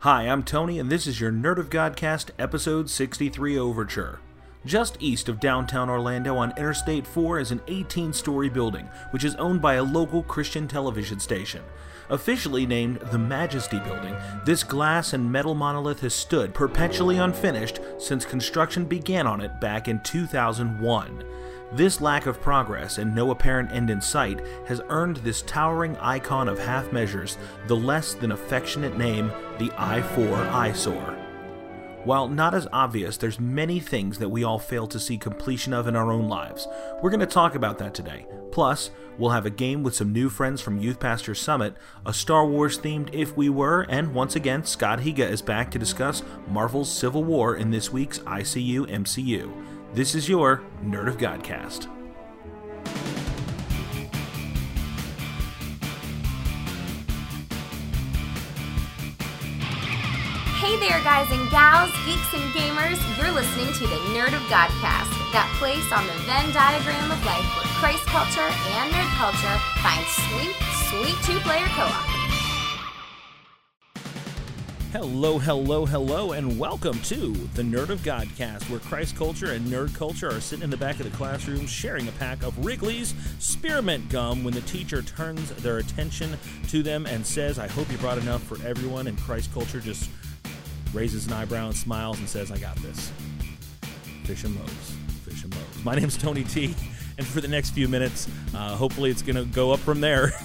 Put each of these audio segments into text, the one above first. Hi, I'm Tony, and this is your Nerd of Godcast Episode 63 Overture. Just east of downtown Orlando on Interstate 4 is an 18 story building, which is owned by a local Christian television station. Officially named the Majesty Building, this glass and metal monolith has stood perpetually unfinished since construction began on it back in 2001. This lack of progress and no apparent end in sight has earned this towering icon of half measures the less than affectionate name, the I4 eyesore. While not as obvious, there's many things that we all fail to see completion of in our own lives. We're going to talk about that today. Plus, we'll have a game with some new friends from Youth Pastor Summit, a Star Wars themed If We Were, and once again, Scott Higa is back to discuss Marvel's Civil War in this week's ICU MCU. This is your Nerd of Godcast. Hey there, guys and gals, geeks and gamers. You're listening to the Nerd of Godcast, that place on the Venn diagram of life where Christ culture and nerd culture find sweet, sweet two player co op. Hello, hello, hello, and welcome to the Nerd of Godcast, where Christ culture and nerd culture are sitting in the back of the classroom sharing a pack of Wrigley's spearmint gum when the teacher turns their attention to them and says, I hope you brought enough for everyone, and Christ culture just raises an eyebrow and smiles and says, I got this. Fish and loaves. Fish and loaves. My name's Tony T, and for the next few minutes, uh, hopefully it's going to go up from there.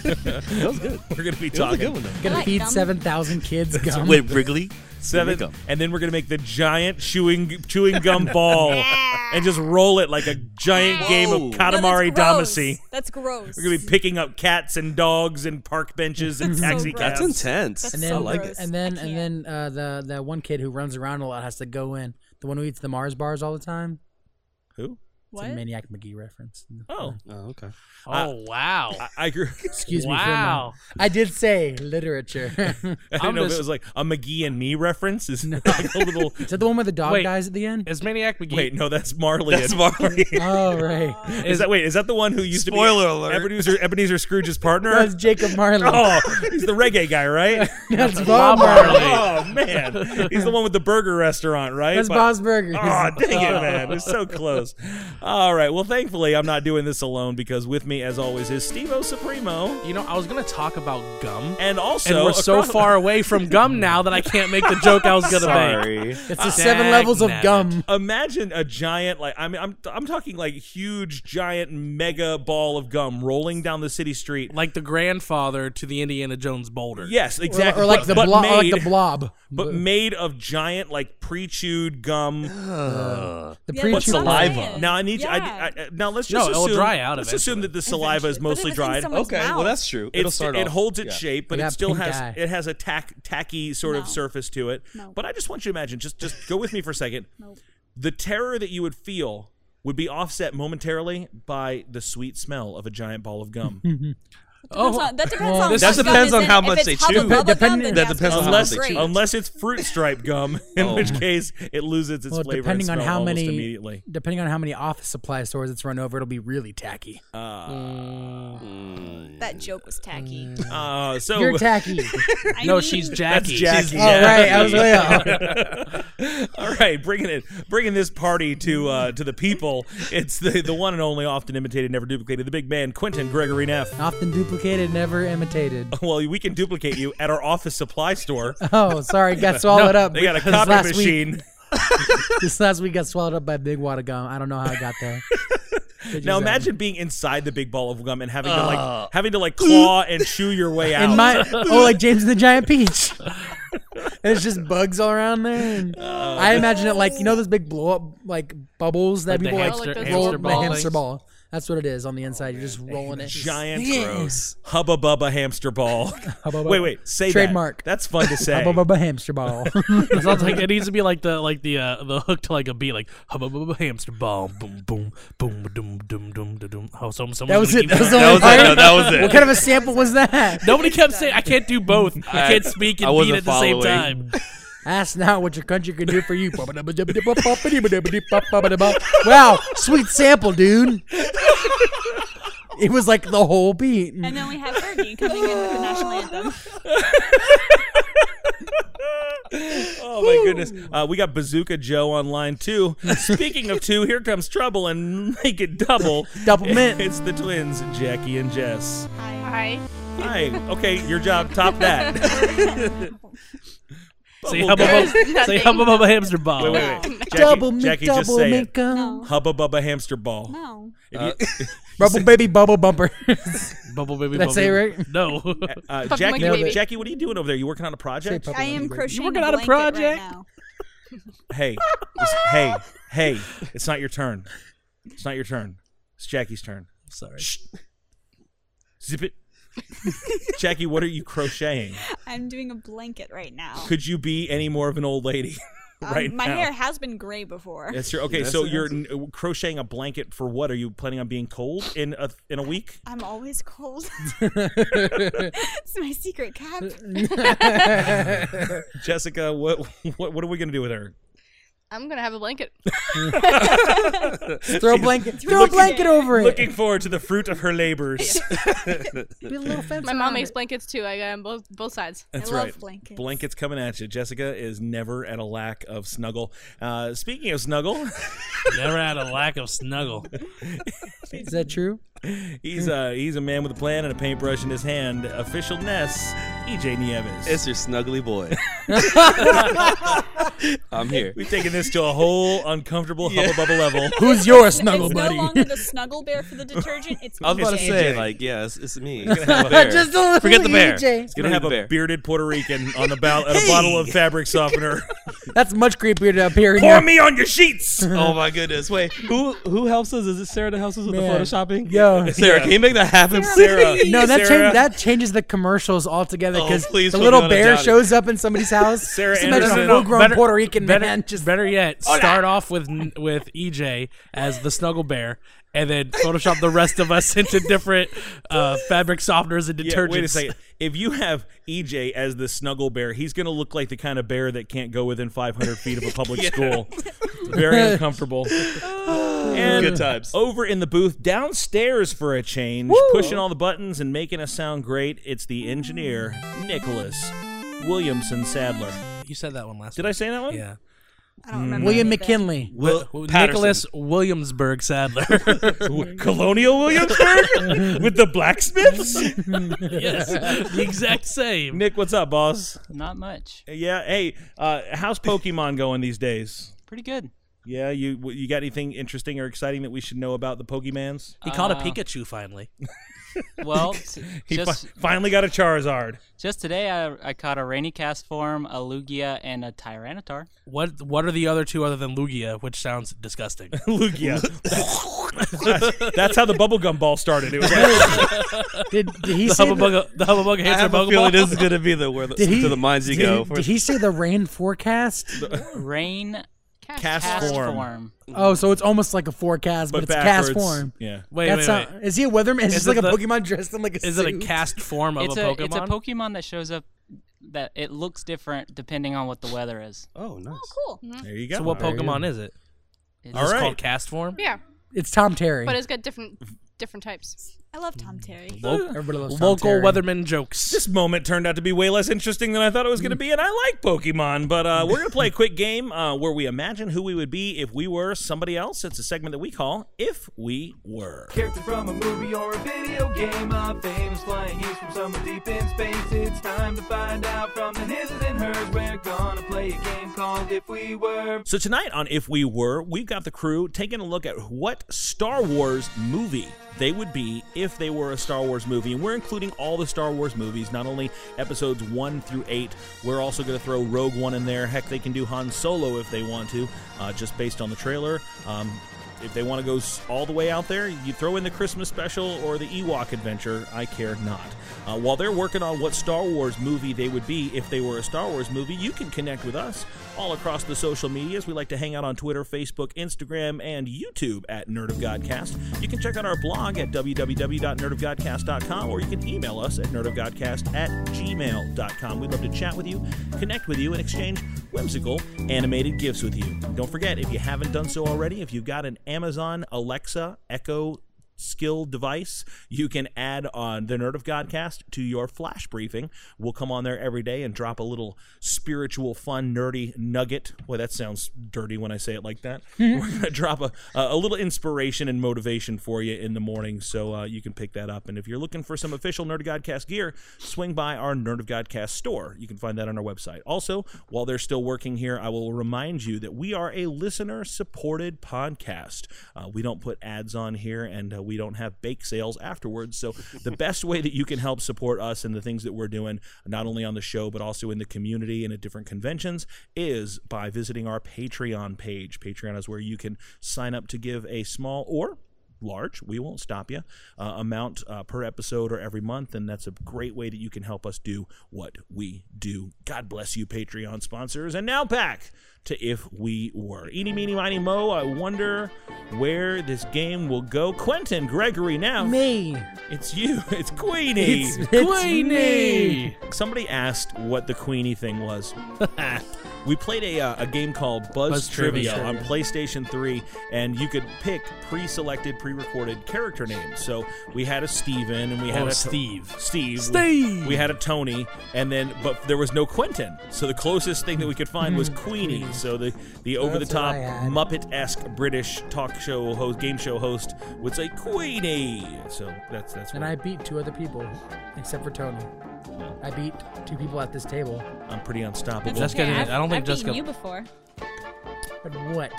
That was good. We're going to be That was a good talking. one. Though. I Gonna like feed gum. seven thousand kids gum. Wait, Wrigley. seven, Gum. and then we're gonna make the giant chewing chewing gum ball and just roll it like a giant game of Whoa. Katamari no, that's gross. Damacy. That's gross. We're gonna be picking up cats and dogs and park benches and That's so taxi gross. cabs. That's intense. That's and I then, like gross. it. and then, I and then uh, the the one kid who runs around a lot has to go in. The one who eats the Mars bars all the time. Who? It's a Maniac McGee reference. Uh, Oh, Oh, okay. Oh wow! I, I grew. Excuse me for a wow. moment. I did say literature. I I'm don't know if it just- was like a McGee and me reference. Is like a little. Is that the one where the dog Wait. dies at the end? Is Maniac McGee? Wait, no, that's Marley. That's Marley. Oh right, Is that wait? Is that the one who used Spoiler to be alert. Ebenezer, Ebenezer Scrooge's partner? that was Jacob Marley. Oh, he's the reggae guy, right? That's Bob Bob Marley. Oh man, he's the one with the burger restaurant, right? That's But- Bob's Burgers. Oh, dang it, man. We're so close. All right. Well, thankfully, I'm not doing this alone because with me, as always, is Steve O Supremo. You know, I was gonna talk about gum, And also, and we're so across- far away from gum now that I can't make the joke I was gonna make. Sorry. It's the seven Dag levels of nabbit. gum. Imagine a giant, like, I mean, I'm, I'm talking like huge, giant, mega ball of gum rolling down the city street. Like the grandfather to the Indiana Jones boulder. Yes, Or, exactly. or like but, the but blob, or made, like the blob. But made of giant, like, pre chewed gum. Uh, the Yeah, pre but saliva. Now, I need you. I, Yeah. I- I- now, let's No, just it'll assume, dry out Let's assume eventually. that the saliva is mostly dried. Okay. Well, that's true. It'll It's- start it off. holds its Yeah. shape, but I it got still pink has eye. it has a tack, tacky sort of No. surface to it. No. But I just want you to imagine, just just go with me for a second. The terror that you would feel would be offset momentarily by the sweet smell of a giant ball of gum. Oh, that depends on. That what depends gum on is how in it. If much it's they hubba chew. bubba Depend- gum, then that yes, depends on how unless much great. unless it's fruit stripe gum, in which case it loses its Well, flavor depending and on smell how almost many, immediately. depending on how many office supply stores it's run over, it'll be really tacky. Ah. Mm. That joke was tacky. Uh, so You're tacky. I no, mean, she's that's Jackie. Jackie. All Oh, right, I was way off. All right, bringing it, bringing this party to uh, to the people. It's the the one and only, often imitated, never duplicated, the big man Quentin Gregory Neff. Often duplicated, never imitated. Well, we can duplicate you at our office supply store. Oh, sorry, got swallowed up. They got a This copy last machine. Week, this last week got swallowed up by big wad of gum. I don't know how I got there. It Now just imagine being inside the big ball of gum and having to Uh. like having to like claw and chew your way out. happened. in my oh, like James and the Giant Peach. There's just bugs all around there. and Oh. I imagine it like you know those big blow up like bubbles that Like the people hamster- like hamster roll ball the hamster things? ball. That's what it is on the inside. You're just rolling it. Oh, giant Gross. hubba bubba hamster ball. Hubba wait, bubba. wait, say that. Trademark. That's fun to say. Bubba bubba hamster ball. It sounds like it needs to be like the like the uh, the hook to like a beat, like hubba bubba hamster ball, boom boom boom doom doom doom doom. doom. Oh, some someone's That was gonna it. keep That was the going. only was it. part? No, that was it. What kind of a sample was that? Nobody kept saying I can't do both. I, can't speak I and beat wasn't at the same following. time. Ask now what your country can do for you. wow, sweet sample, dude. It was like the whole beat. And then we have Fergie coming in with the national anthem. my goodness. Uh, we got Bazooka Joe online too. Speaking of two, here comes trouble and make it double. Double mint. It's the twins, Jackie and Jess. Hi. Hi. Okay, your job. Top that. Say Bubble hubba gum. bubba, say nothing. hubba bubba hamster bomb. Wait, wait, wait. Jackie, double mint, Jackie just double say mint it. gum. No. Hubba bubba hamster ball. Uh, No. If you- Rubble baby bubble bumper. Bubble baby. Did I bubble. say it right? No. uh, Puppy Jackie, monkey baby. Jackie, what are you doing over there? You working on a project? Say I am crocheting working a on a blanket project? right now. Hey, it's- hey, hey! It's not your turn. It's not your turn. It's Jackie's turn. Sorry. Zip it. Jackie, what are you crocheting? I'm doing a blanket right now. Could you be any more of an old lady Um, right my now? hair has been gray before. That's your okay. Yes, so it you're has. n- crocheting a blanket for what? Are you planning on being cold in a in a week? I'm always cold. it's my secret cap. Jessica, what what, what are we gonna do with her? I'm gonna have a blanket. Throw a blanket. Throw a blanket over it. Looking forward to the fruit of her labors. Be a little fence My mom around makes it. blankets too. I got 'em both both sides. That's I love right. blankets. Blankets coming at you. Jessica is never at a lack of snuggle. Uh, speaking of snuggle, Never had a lack of snuggle. Is that true? he's a he's a man with a plan and a paintbrush in his hand. Official Ness, EJ Nieves. It's your snuggly boy. I'm here. We've taken this to a whole uncomfortable hubba bubba level. Who's your snuggle it's buddy? no longer the snuggle bear for the detergent. It's I was about to EJ. say, like, yeah, it's, it's me. Just a little Forget the bear. EJ. It's Gonna have a bear. bearded Puerto Rican on the bow and a bottle of fabric softener. That's much creepier to appear in Pour your me on your sheets. Mm-hmm. Oh my goodness! Wait, who who helps us? Is it Sarah that helps us with Man. the photoshopping? Yo. Sarah, can you make that happen, Sarah. Sarah? No, that Sarah. change, that changes the commercials altogether Oh, because please the put me little on a bear dowdy. shows up in somebody's house. Sarah Just imagine Anderson. a full-grown Better- Puerto Rican better, man just better yet, start off with n- with EJ as the snuggle bear, and then Photoshop the rest of us into different uh, fabric softeners and Yeah, detergents. wait a second. If you have EJ as the snuggle bear, he's going to look like the kind of bear that can't go within 500 feet of a public school. Very uncomfortable. and Good times. Over in the booth, downstairs for a change, pushing all the buttons and making us sound great. It's the engineer Nicholas Williamson Sadler. You said that one last. Did I say that one? Yeah. I don't remember. William any of it. McKinley. Will, Mm. Nicholas Williamsburg Sadler. W- Colonial Williamsburg with the blacksmiths. yes, the exact same. Nick, what's up, boss? Not much. Yeah. Hey, uh, how's Pokemon going these days? Pretty good. Yeah, you w- you got anything interesting or exciting that we should know about the Pokemans? he caught a Pikachu finally. Well, t- He fi- just finally got a Charizard. just today I, I caught a rainy cast form, a Lugia, and a Tyranitar. What What are the other two other than Lugia, which sounds disgusting? Lugia. that's, that's how the bubblegum ball started. It was like, Did, did he The say the, Hubba the Hubba Bugga I Hamster have a Bugga feeling Ball. this is gonna be the where the, did he, to the mines you did, go. Did he say the rain forecast? Rain Cast. Cast cast Form. form. Oh, so it's almost like a forecast, but, but it's backwards. cast form. Yeah. Wait, That's wait, wait. not, is he a weatherman? Is, Is this like it a the- Pokemon dressed in like a Is it suit? a cast form of It's a, a, Pokemon? it's a Pokemon that shows up that it looks different depending on what the weather is. Oh, nice. Cool. Mm-hmm. There you go. so what Pokemon is it? It's All It's right. called cast form. Yeah, It's Tom Terry. but it's got different different types. I love Tom Terry. Lo- Everybody loves Tom local Terry. weatherman jokes. This moment turned out to be way less interesting than I thought it was going to be, and I like Pokemon, but uh, we're going to play a quick game uh, where we imagine who we would be if we were somebody else. It's a segment that we call If We Were. Character from a movie or a video game of fame's flying he's from somewhere deep in space. It's time to find out from the his and hers. We're gonna play a game called If We Were. So tonight on If We Were, we've got the crew taking a look at what Star Wars movie they would be if they were a Star Wars movie. And we're including all the Star Wars movies, not only episodes 1 through 8. We're also going to throw Rogue One in there. Heck, they can do Han Solo if they want to, uh, just based on the trailer. Um, if they want to go s- all the way out there, you throw in the Christmas special or the Ewok adventure. I care not. Uh, while they're working on what Star Wars movie they would be if they were a Star Wars movie, you can connect with us all across the social medias. We like to hang out on Twitter, Facebook, Instagram, and YouTube at Nerd of Godcast. You can check out our blog at www.nerdofgodcast.com or you can email us at nerdofgodcast at gmail.com. We'd love to chat with you, connect with you, and exchange whimsical animated gifts with you. Don't forget, if you haven't done so already, if you've got an Amazon Alexa Echo skill device, you can add on the Nerd of Godcast to your flash briefing. We'll come on there every day and drop a little spiritual, fun, nerdy nugget. Boy, that sounds dirty when I say it like that. We're gonna drop a, a little inspiration and motivation for you in the morning, so uh, you can pick that up. And if you're looking for some official Nerd of Godcast gear, swing by our Nerd of Godcast store. You can find that on our website. Also, while they're still working here, I will remind you that we are a listener-supported podcast. Uh, we don't put ads on here, and uh, we don't have bake sales afterwards. So the best way that you can help support us and the things that we're doing, not only on the show but also in the community and at different conventions, is by visiting our Patreon page. Patreon is where you can sign up to give a small or large we won't stop you uh, amount uh, per episode or every month and that's a great way that you can help us do what we do god bless you patreon sponsors and now back to if we were eeny meeny miny mo i wonder where this game will go quentin gregory now me it's you it's queenie It's- it's me. somebody asked what the queenie thing was we played a, uh, a game called buzz, Buzz trivia, Trivia. on PlayStation 3, and you could pick pre-selected, pre-recorded character names. So we had a Steven, and we had Oh, a To- Steve. Steve, Steve! We had a Tony, and then but there was no Quentin. So the closest thing that we could find Hmm, was Queenie. So the the over-the-top Muppet-esque British talk show host, game show host would say Queenie. So that's that's. And I beat two other people, except for Tony. I beat two people at this table. I'm pretty unstoppable. That's good. I don't think I've beaten Jessica. you before. But what?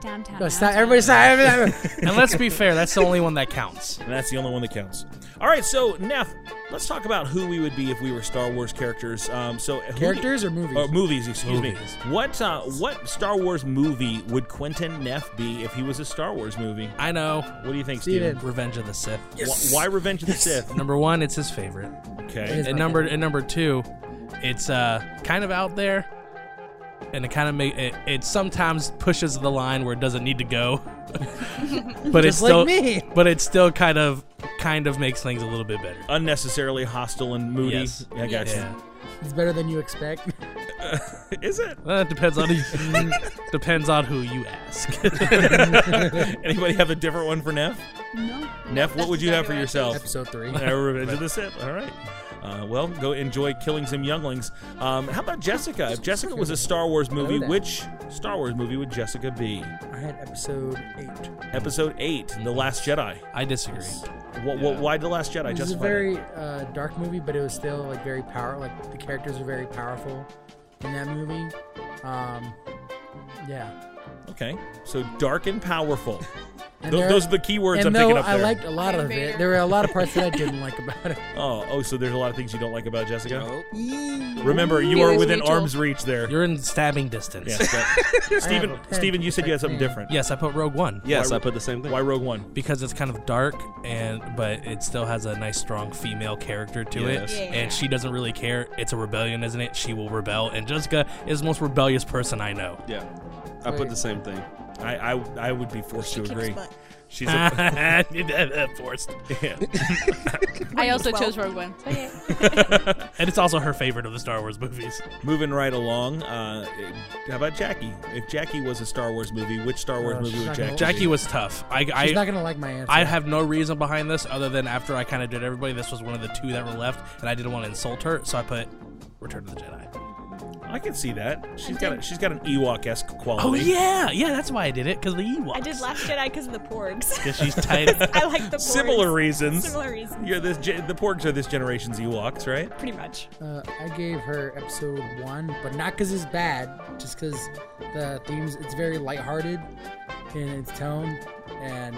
Downtown. No, stop! Everybody, stop! Everybody, And let's be fair, that's the only one that counts. And that's the only one that counts. All right, so Neff, let's talk about who we would be if we were Star Wars characters. Um, so who do- Characters or movies? Or movies, excuse Movies. me. What uh, what Star Wars movie would Quentin Neff be if he was a Star Wars movie? I know. What do you think, Steven. Steven? Revenge of the Sith. Wh- Why Revenge of the Sith? Number one, it's his favorite. Okay. my At number at number two, it's uh kind of out there, and it kind of make it, it sometimes pushes the line where it doesn't need to go. but it's Just like still, me. but it still kind of kind of makes things a little bit better. Unnecessarily hostile and moody. Yes. I got Yeah, it's better than you expect. you. Is it? Well, it depends on who, depends on who you ask. Anybody have a different one for Neff? No. Neff, what that's would you have for exactly what I yourself? Episode three. Uh, Revenge of the Sith. All right. Uh, well, go enjoy killing some younglings. Um, how about Jessica? If Jessica was a Star Wars movie, that. which Star Wars movie would Jessica be? I had episode eight. Episode eight, The Last Jedi. I disagree. Wha wha- Why The Last Jedi? It was a Justify very uh, dark movie, but it was still like very power. Like the characters were very powerful in that movie. Um, yeah. that. Okay. So dark and powerful. And Those- there- those are the key words and I'm though picking up I there. liked a lot of it. There were a lot of parts that I didn't like about it. Oh, oh. So there's a lot of things you don't like about Jessica. Remember, you are Feelings within mutual. arm's reach there. You're in stabbing distance. Yes. that- I Steven, have a pen Steven, you said you had something protecting- different. Yes, I put Rogue One. Yes, I put the same thing. Why Rogue One? because it's kind of dark and but it still has a nice strong female character to Yes. it Yeah. and she doesn't really care it's a rebellion isn't it she will rebel and jessica is the most rebellious person i know Yeah, I put Wait. the same thing. I, I, I would be forced to agree. She's a, forced I also chose Rogue One. So yeah. and it's also her favorite of the star wars movies Moving right along, uh, how about Jackie? If Jackie was a Star Wars movie, which Star Uh, Wars Oh, movie she's would not gonna Jackie? jackie was tough i She's not i, gonna like my answer. I have no reason behind this other than after i kind of did everybody this was one of the two that were left and i didn't want to insult her so i put return of the jedi I can see that. She's got a, she's got an Ewok esque quality. oh yeah yeah that's why i did it because the Ewoks. I did Last Jedi because of the porgs. because she's tight I like the porgs. Similar reasons. Similar reasons. You're this ge- the Porgs are this generation's Ewoks, right? Pretty much. Uh, I gave her episode one, but not because it's bad, just because the themes. It's very lighthearted in its tone, and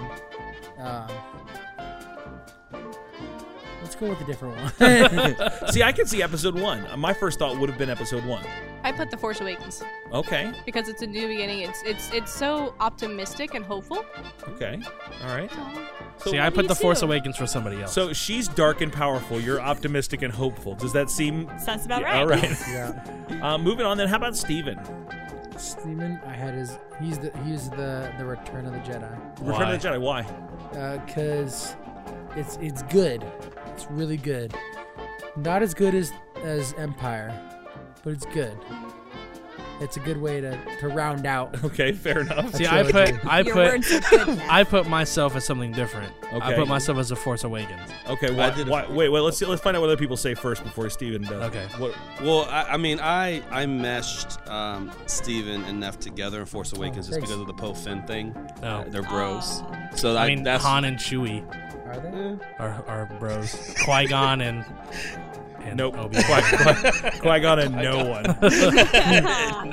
um, let's go with a different one. see, I can see Episode One. Uh, My first thought would have been Episode One. I put The Force Awakens Okay, because it's a new beginning. It's it's it's so optimistic and hopeful. okay, all right. So, See, I put you the Force do? Awakens for somebody else. so she's dark and powerful. You're optimistic and hopeful. Does that seem Sounds about Yeah, all right. right? yeah, Uh, moving on, then. How about Steven? Steven, I had his. He's the he's the the Return of the Jedi, Return of the Jedi. Why? because it's it's good. It's really good. Not as good as as Empire, but it's good. it's a good way to, to round out. Okay, fair enough. See, I put I Your put words are good, Matt. I put myself as something different. I Okay. put myself as a Force Awakens. Okay, I why, did a- why, wait, wait. Let's see, let's find out what other people say first before Steven does. Okay. what, Well, I, I mean, I I meshed um, Steven and Neff together in Force Awakens just thanks. because of the Poe Finn thing. No. Uh, they're bros. So I, I mean, that's Han and Chewie Are they? are, are bros. Qui Gon and, and Nope. Obi-Wan. Qui- Qui Gon and no one.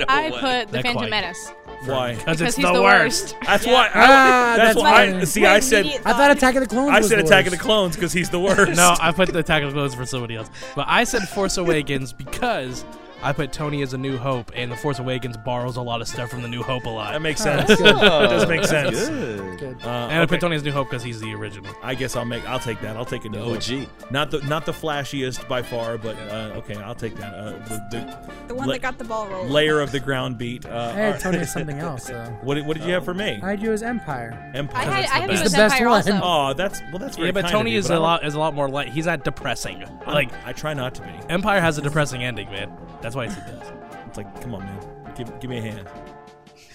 No I one. put the That Phantom quite- Menace. Why? Because it's he's the the worst. That's why. I, Ah, that's, that's why. I, mine. see, I said I thought Attack of the Clones. I was said the Attack of the worst. Clones because he's the worst. No, I put the Attack of the Clones for somebody else. But I said Force Awakens because I put Tony as a New Hope, and the Force Awakens borrows a lot of stuff from the New Hope a lot. that makes Ah, sense. that's good. Oh, does make that's sense. Good. Good. Uh, and I okay. put Tony as New Hope because he's the original. I guess I'll make. I'll take that. I'll take a The no. OG. Not the not the flashiest by far, but uh, okay, I'll take that. Uh, the, the The one La- that got the ball rolling. layer of the ground beat. Uh, I had all Tony right. as something else. So. What, did- what did you have for me? I had you as Empire. I Empire. had I had him best. as The best Empire one. also. oh, that's well. That's very Yeah, but kind Tony of you, is but a I don't- lot is a lot more light. He's not depressing. I'm- Like I try not to be. Empire has a depressing ending, man. That's why it's the best. It's like, come on, man, give, give me a hand.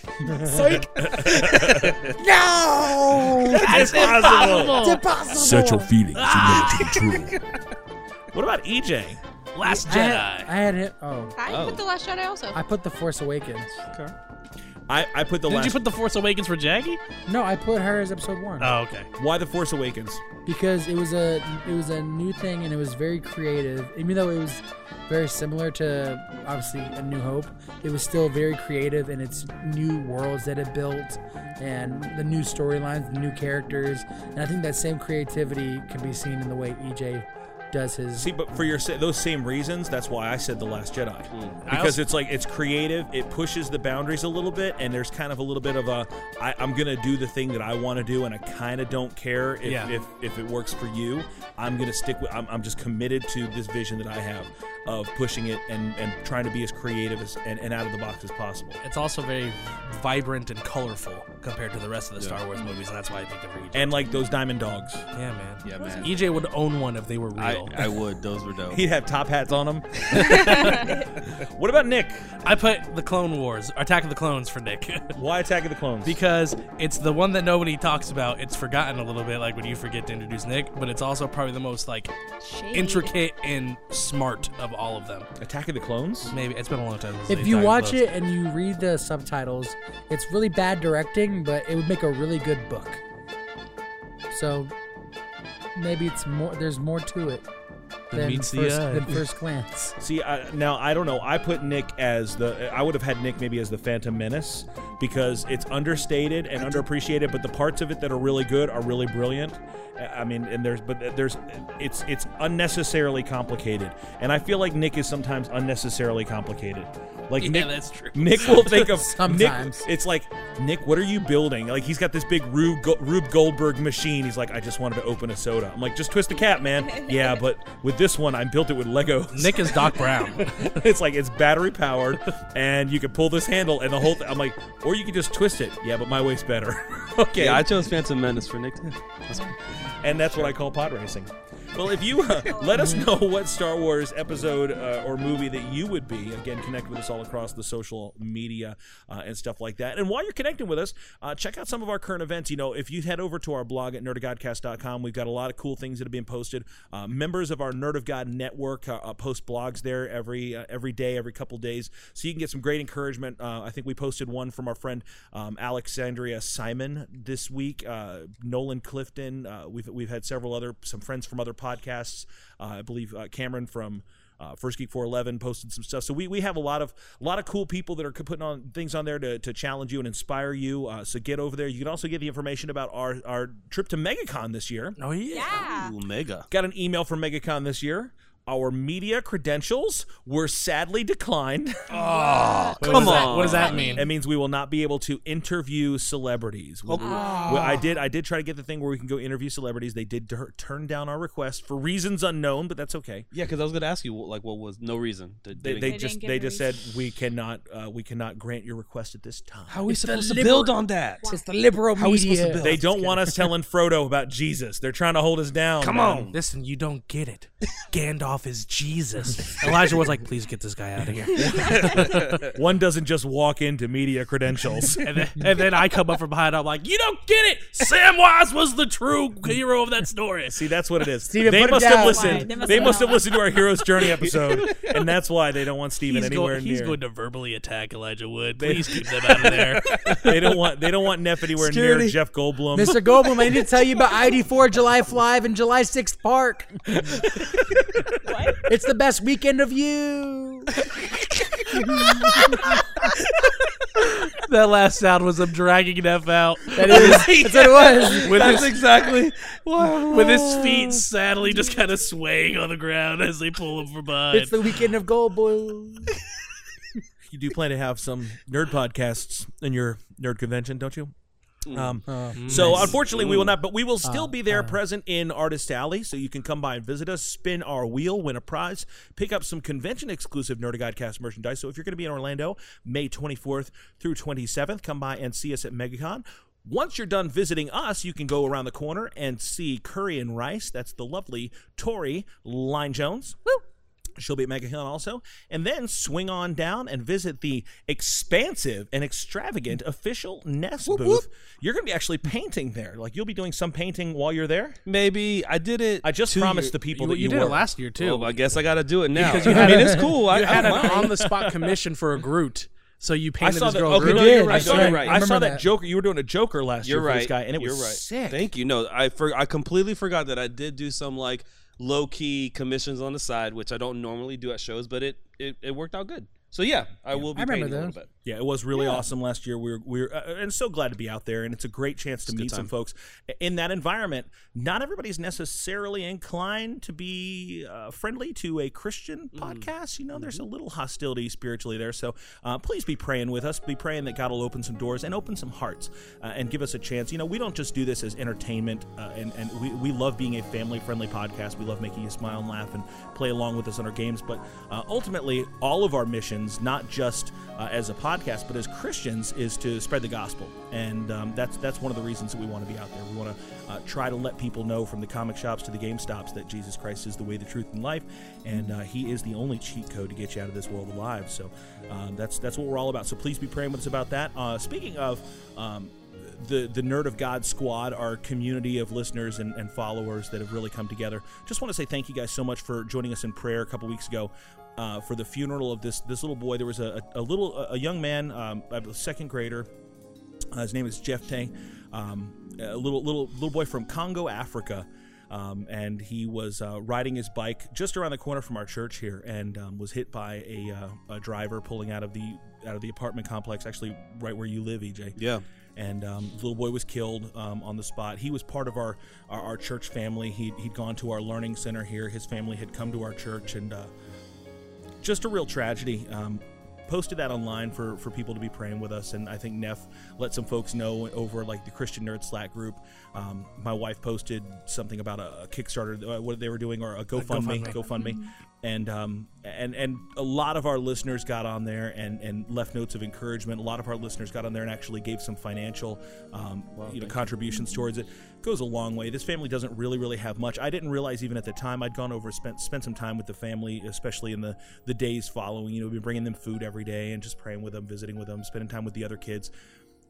No, It's possible. it's impossible. feelings you know to be true. What about E EJ? Last I had, Jedi. I had it. Oh, I put the Last Jedi also. I put the Force Awakens. I, I put the Did last. you put the Force Awakens for Jaggy? No, I put her as Episode One Oh, okay. Why the Force Awakens? because it was a it was a new thing and it was very creative. Even though it was very similar to obviously A New Hope, it was still very creative in its new worlds that it built and the new storylines, the new characters. And I think that same creativity can be seen in the way EJ does his. See, but for your sa- those same reasons, that's why I said the Last Jedi Hmm. I because also- it's like it's creative, it pushes the boundaries a little bit, and there's kind of a little bit of a I, I'm gonna do the thing that I want to do, and I kind of don't care if, Yeah. if if it works for you. I'm gonna stick with. I'm, I'm just committed to this vision that I have of pushing it and and trying to be as creative as and, and out of the box as possible. It's also very vibrant and colorful compared to the rest of the Star Wars movies, and that's why I picked it for EJ. And like those diamond dogs, yeah, man. Yeah, man. EJ would own one if they were I, real. I would. Those were dope. he'd have top hats on them. what about Nick? I put the Clone Wars, Attack of the Clones for Nick. Why Attack of the Clones? because it's the one that nobody talks about. It's forgotten a little bit, like when you forget to introduce Nick, but it's also probably the most like Shade. intricate and smart of all of them. Attack of the Clones. Maybe it's been a long time. since if they've you talked watch about it and you read the subtitles, it's really bad directing, but it would make a really good book. So maybe it's more. There's more to it Than than, meets first, the eye. than first glance. See, I, now I don't know. I put Nick as the. I would have had Nick maybe as the Phantom Menace because it's understated and underappreciated, but the parts of it that are really good are really brilliant. I I mean, and there's, but there's, it's it's unnecessarily complicated, and I feel like Nick is sometimes unnecessarily complicated. Like Yeah, Nick, that's true. Nick will think of Sometimes. Nick, it's like Nick, what are you building? Like he's got this big Rube, Go- Rube Goldberg machine. He's like, I just wanted to open a soda. I'm like, just twist the cap, man. yeah, but with this one, I built it with Legos. Nick is Doc Brown. it's like it's battery powered, and you can pull this handle, and the whole. Th- I'm like, or you can just twist it. Yeah, but my way's better. okay, Yeah, I chose Phantom Menace for Nick too. That's cool. and that's what I call pod racing. Well, if you uh, let us know what Star Wars episode uh, or movie that you would be, again, connect with us all across the social media uh, and stuff like that. And while you're connecting with us, uh, check out some of our current events. You know, if you head over to our blog at nerdogodcast.com, we've got a lot of cool things that have been posted. Uh, members of our Nerd of God network uh, uh, post blogs there every uh, every day, every couple days, so you can get some great encouragement. Uh, I think we posted one from our friend um, Alexandria Simon this week. Uh, Nolan Clifton. Uh, we've we've had several other some friends from other podcasts. Uh, I believe uh, Cameron from. Uh, First Geek 411 posted some stuff, so we, we have a lot of a lot of cool people that are putting on things on there to, to challenge you and inspire you. Uh, so get over there. You can also get the information about our our trip to MegaCon this year. oh yeah. Yeah. Ooh, mega. Got an email from MegaCon this year. Our media credentials were sadly declined. Wait, Oh, what does Come that- on. what does that mean? It means we will not be able to interview celebrities. We- we- Ah. I did. I did try to get the thing where we can go interview celebrities. They did tur- turn down our request for reasons unknown, but that's okay. Yeah, because I was gonna ask you, like, what was no reason? They, They, didn't- they They just didn't get they a just said reason. we cannot uh, we cannot grant your request at this time. How are we It's the supposed to liberal- build on that? It's the liberal How are we supposed to media. build? they don't want Oh, us telling Frodo about Jesus. They're trying to hold us down. Come man. on. Listen, you don't get it. Gandalf off is Jesus. Elijah was like, please get this guy out of here. One doesn't just walk into media credentials. and, then, and then I come up from behind. I'm like, you don't get it. Samwise was the true hero of that story. See, that's what it is. Steven, they put him must have down. listened. Why? They They must, must have listened to our hero's journey episode, and that's why they don't want Steven He's, anywhere going, he's near. going to verbally attack Elijah Wood. They- Please keep them out of there. they don't want. They don't want Neff anywhere near Security. Jeff Um. Goldblum. Mr. Goldblum, I need to tell you about ID4 July Live and July 6th Park. It's the best weekend of you. that last sound was him dragging Neff out. That is- that's what it was. With That's his, exactly. with his feet sadly just kind of swaying on the ground as they pull him from behind. It's the weekend of Goldblum. you do plan to have some nerd podcasts in your nerd convention, don't you? Mm. Mm. Um, Uh, so Uh, nice. Mm. Uh, unfortunately, we will not, but we will still be there, present in Artist Alley. So you can come by and visit us, spin our wheel, win a prize, pick up some convention exclusive Nerd Godcast merchandise. So if you're going to be in Orlando, May 24th through 27th, come by and see us at MegaCon. Once you're done visiting us, you can go around the corner and see Curry and Rice. That's the lovely Tori Line Jones. She'll be at MegaCon also. And then swing on down and visit the expansive and extravagant official Nest booth. You're going to be actually painting there. Like, you'll be doing some painting while you're there. Maybe I did it. I just two promised year- the people you, that you you, did were. it last year too. Well, I guess I got to do it now. Because you I had mean, a- it's cool. I, you had I an don't mind. on the spot commission for a Groot. So you I painted saw this that. girl Okay, Groot. no, You you're did, right. that's You're right. right. I I saw remember that. that. Joker. You were doing a Joker last You're year for right. this guy, and it You're was right. sick. Thank you. No, I for, I completely forgot that I did do some like low key commissions on the side, which I don't normally do at shows, but it it, it worked out good. So yeah, I will be I remember painting a those. little bit. Yeah, it was really awesome last year. We were, we were uh, and so glad to be out there, and it's a great chance to good meet some time. folks in that environment. Not everybody's necessarily inclined to be uh, friendly to a Christian Mm. podcast. You know, there's Mm-hmm. a little hostility spiritually there. So uh, please be praying with us. Be praying that God will open some doors and open some hearts uh, and give us a chance. You know, we don't just do this as entertainment, uh, and and we, we love being a family friendly podcast. We love making you smile and laugh and play along with us on our games. But uh, ultimately, all of our missions, not just uh, as a podcast, but as Christians, is to spread the gospel, and um, that's that's one of the reasons that we want to be out there. We want to uh, try to let people know, from the comic shops to the game stops, that Jesus Christ is the way, the truth, and life, and uh, He is the only cheat code to get you out of this world alive. So um, that's that's what we're all about. So please be praying with us about that. Uh, speaking of. Um, the, the Nerd of God squad, our community of listeners and, and followers that have really come together. Just want to say thank you guys so much for joining us in prayer a couple weeks ago uh, for the funeral of this this little boy. There was a, a, a little a young man, um, a second grader. Uh, his name is Jeff Tang, um, a little little little boy from Congo, Africa. Um, and he was uh, riding his bike just around the corner from our church here, and um, was hit by a, uh, a driver pulling out of the out of the apartment complex, actually right where you live, EJ Yeah. and um, the little boy was killed um, on the spot. He was part of our our, our church family. He he'd gone to our learning center here. His family had come to our church, and uh, just a real tragedy. Um, posted that online for for people to be praying with us, and I think Neff let some folks know over like the Christian Nerd Slack group. Um, my wife posted something about a, a Kickstarter, uh, what they were doing, or a GoFundMe, GoFundMe. GoFundMe. And um, and and a lot of our listeners got on there and, and left notes of encouragement. A lot of our listeners got on there and actually gave some financial, um, you know, contributions towards it. Goes a long way. This family doesn't really really have much. I didn't realize even at the time I'd gone over spent spent some time with the family, especially in the the days following. You know, been bringing them food every day and just praying with them, visiting with them, spending time with the other kids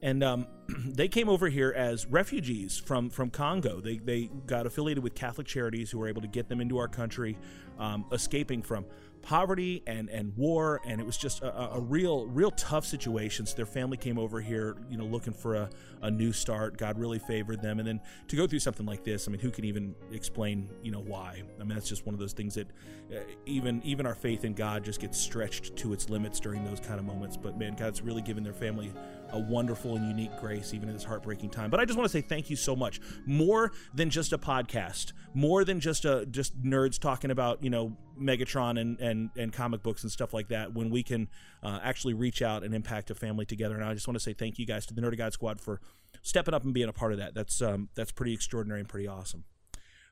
and um, they came over here as refugees from, from Congo. They, they got affiliated with Catholic Charities, who were able to get them into our country, um, escaping from poverty and, and war. And it was just a, a- a real real tough situation. So their family came over here, you know, looking for a, a new start. God really favored them. And then to go through something like this, I mean, who can even explain, you know, why? I mean, that's just one of those things that uh, even even our faith in God just gets stretched to its limits during those kind of moments. But man, God's really given their family a wonderful and unique grace, even in this heartbreaking time. But I just want to say thank you so much. More than just a podcast, more than just a just nerds talking about you know Megatron and and and comic books and stuff like that. When we can uh, actually reach out and impact a family together, and I just want to say thank you guys to the Nerdy God Squad for stepping up and being a part of that. That's um, that's pretty extraordinary and pretty awesome.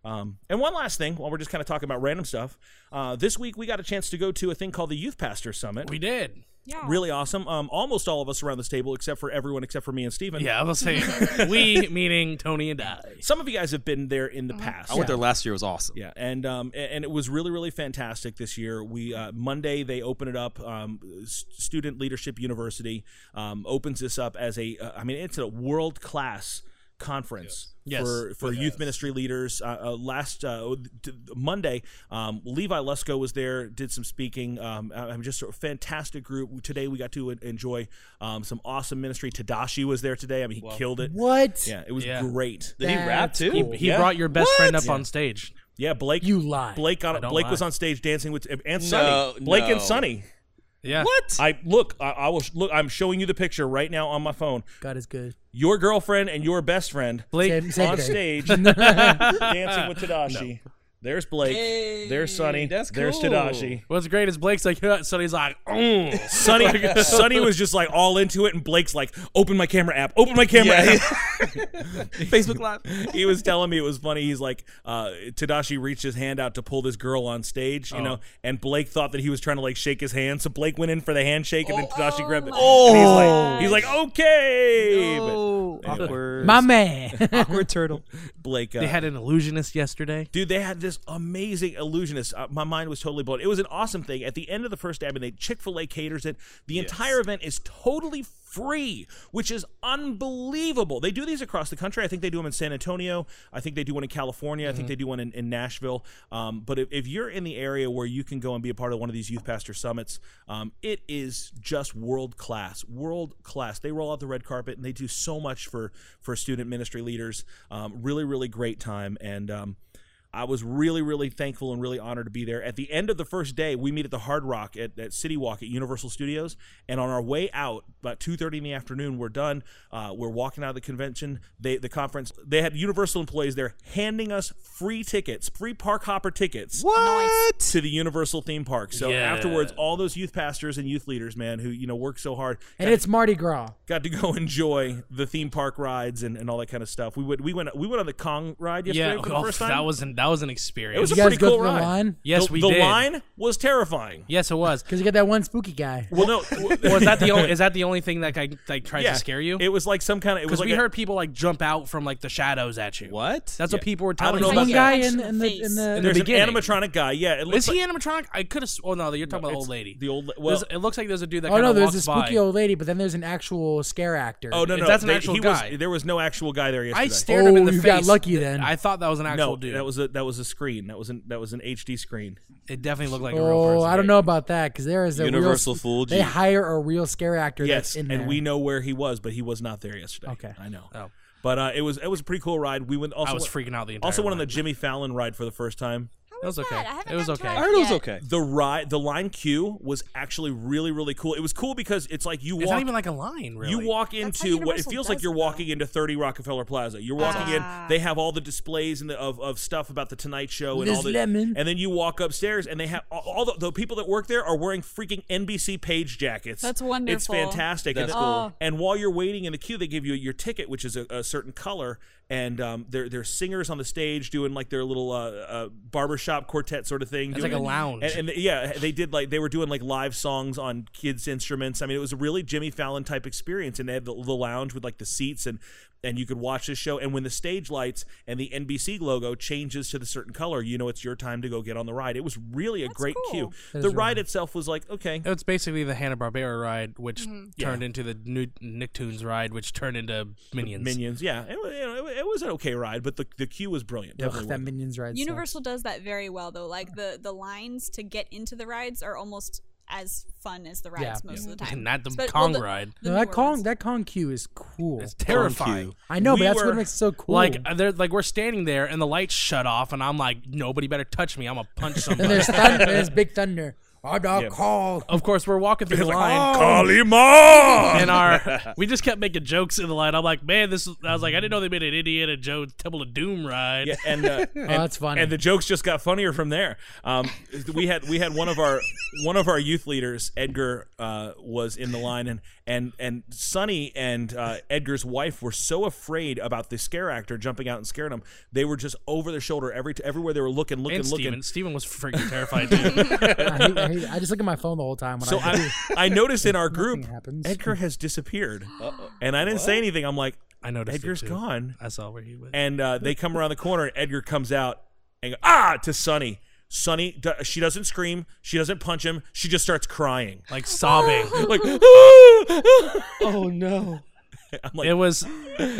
Um, and one last thing, while we're just kind of talking about random stuff, uh, this week we got a chance to go to a thing called the Youth Pastor Summit. We did. Yeah. Really awesome. Um, almost all of us around this table, except for everyone except for me and Steven. Yeah, I was saying we, meaning Tony and I. Some of you guys have been there in the past. I went there last year. It was awesome. Yeah, and um, a- and it was really really fantastic this year. We uh, Monday they open it up. Um, S- Student Leadership University um, opens this up as a. Uh, I mean, it's a world class conference Yes. Yes. for for youth ministry leaders. Uh, uh, last uh, t- Monday, um, Levi Lesko was there, did some speaking. Um, I- I'm just a fantastic group. Today we got to en- enjoy um, some awesome ministry. Tadashi was there today. I mean, he killed it. What? Yeah, it was Yeah. great. Did he rap That's too? cool. He Yeah. brought your best friend up What? on stage. Yeah, Blake. You lie. Blake I got don't Blake was lie. on stage dancing with and No, Sunny. Blake no. and Sunny. Yeah. What? I look. I, I will sh- look. I'm showing you the picture right now on my phone. God is good. Your girlfriend and your best friend Blake Same- same on thing. stage dancing with Tadashi. There's Blake. Hey, there's Sunny. that's There's cool. Tadashi. What's great is Blake's like, "Huh," so he's like, mm. Sunny, Sunny was just like all into it, and Blake's like, "Open my camera app. Open my camera app." Facebook Live. he was telling me it was funny. He's like, uh, Tadashi reached his hand out to pull this girl on stage, you know, and Blake thought that he was trying to like shake his hand. So Blake went in for the handshake, and then Oh, Tadashi grabbed it. And he's like, he's like, okay. but Awkward. My man. Awkward turtle. Blake, uh, They had an illusionist yesterday. Dude, they had this amazing illusionist. Uh, my mind was totally blown. It was an awesome thing. At the end of the first day, I mean, they Chick Fil A caters it. The entire event is totally free, which is unbelievable. They do these across the country. I think they do them in San Antonio. I think they do one in California. I think they do one in, in Nashville. Um, but if, if you're in the area where you can go and be a part of one of these youth pastor summits, um, it is just world class, world class. They roll out the red carpet and they do so much for for student ministry leaders. Um, really, really great time and. Um, I was really, really thankful and really honored to be there. At the end of the first day, we meet at the Hard Rock at, at City Walk at Universal Studios, and on our way out, about two thirty in the afternoon, we're done. Uh, we're walking out of the convention, they, the conference. They had Universal employees there handing us free tickets, free park hopper tickets, what to the Universal theme park. So Yeah. afterwards, all those youth pastors and youth leaders, man, who you know work so hard, and it's Mardi Gras. got to go enjoy the theme park rides and, and all that kind of stuff. We would we went we went on the Kong ride yesterday Yeah, for the oh, first time. that was an that was an experience. It was Did a you guys pretty go cool through the ride. line? Yes, the, we the did. line was terrifying. yes, it was. Because you got that one spooky guy. Well, no, Was that the only? Is that the only thing that like, like tries yeah, to scare you? It was like some kind of. It was Because like we a- heard people like jump out from like the shadows at you. What? That's what Yeah. people were I don't telling know us. about one that. guy in, in the in the, and the there's an beginning. animatronic guy. Yeah, it looks Is he animatronic? I could have. Oh no, you're talking about like the old lady. The old. Well, There's- it looks like there's a dude that. Oh kinda no, there's walks a spooky by. old lady, but then there's an actual scare actor. oh no, no, that's an they- actual he guy. Was, there was no actual guy there yesterday. I stared him in Oh, the you face. got lucky then. I thought that was an actual no, dude. that was a that was a screen. That was an that was an HD screen. It definitely looked like a real Oh, person. I don't know about that because there is a Universal real, fooled They you. hire a real scare actor. Yes, that's in and there. we know where he was, but he was not there yesterday. Okay. I know. Oh. But uh, it was it was a pretty cool ride. We went also I was freaking out the entire. also went on the line. Jimmy Fallon ride for the first time. That was okay. I haven't It was got to okay. I heard it was Yeah. okay. The ride, the line queue was actually really really cool. It was cool because it's like you It's walk not even like a line, really. You walk how into what it Universal feels like does you're it, walking into 30 Rockefeller Plaza. You're walking in. They have all the displays and the, of, of stuff about the Tonight Show and Liz all the. Lemon. And then you walk upstairs and they have all, all the, the people that work there are wearing freaking NBC page jackets. That's It's wonderful. fantastic. That's and, cool. Oh. and while you're waiting in the queue, they give you your ticket, which is a, a certain color. And um, there there's singers on the stage doing like their little uh, uh, barbershop quartet sort of thing. It's doing like a it. lounge. And, and they- yeah, they did like they were doing like live songs on kids' instruments. I mean, it was a really Jimmy Fallon type experience, and they had the, the lounge with like the seats and and you could watch this show. And when the stage lights and the NBC logo changes to the certain color, you know it's your time to go get on the ride. It was really a great cue. the ride itself was like okay, It's basically the Hanna Barbera ride, which turned Yeah. into the new Nicktoons ride, which turned into Minions. Minions, yeah, it, wa- you know, it, wa- it was an okay ride, but the the queue was brilliant. Ugh, Definitely that worth it. minions ride. sucks. Universal does that very well though. Like the the lines to get into the rides are almost as fun as the rides Yeah. most of the time. Not the Spe- well, Kong ride. the No, that newer Kong ones. that Kong Q is cool. It's terrifying. I know, We but that's were- what makes it so cool. Like uh, they're like we're standing there and the lights shut off and I'm like nobody better touch me I'm gonna punch and somebody. there's thunder, there's big thunder. Oh, I got called. of course we're walking through the "Oh." line Kalima! "Oh." and our we just kept making jokes in the line. I'm like man this is, I was like I didn't know they made an Indiana Jones Temple of Doom ride. Yeah, and, uh, and Oh, that's funny. And the jokes just got funnier from there. Um, we had we had one of our one of our youth leaders, Edgar, uh, was in the line, and and and Sonny and uh, Edgar's wife were so afraid about the scare actor jumping out and scaring them. They were just over their shoulder every everywhere they were looking, looking, And looking. Steven. Steven was freaking terrified too. I hate, I hate it. I just look at my phone the whole time. When So I, I, I noticed in our group, happens. Edgar has disappeared, and I didn't say anything. I'm like, I noticed. Edgar's it too. gone. I saw where he went. And uh, they come around the corner, and Edgar comes out and go, ah to Sonny. Sonny, do- she doesn't scream, she doesn't punch him, she just starts crying, like "Ah!" sobbing. like. oh no! I'm like, it was,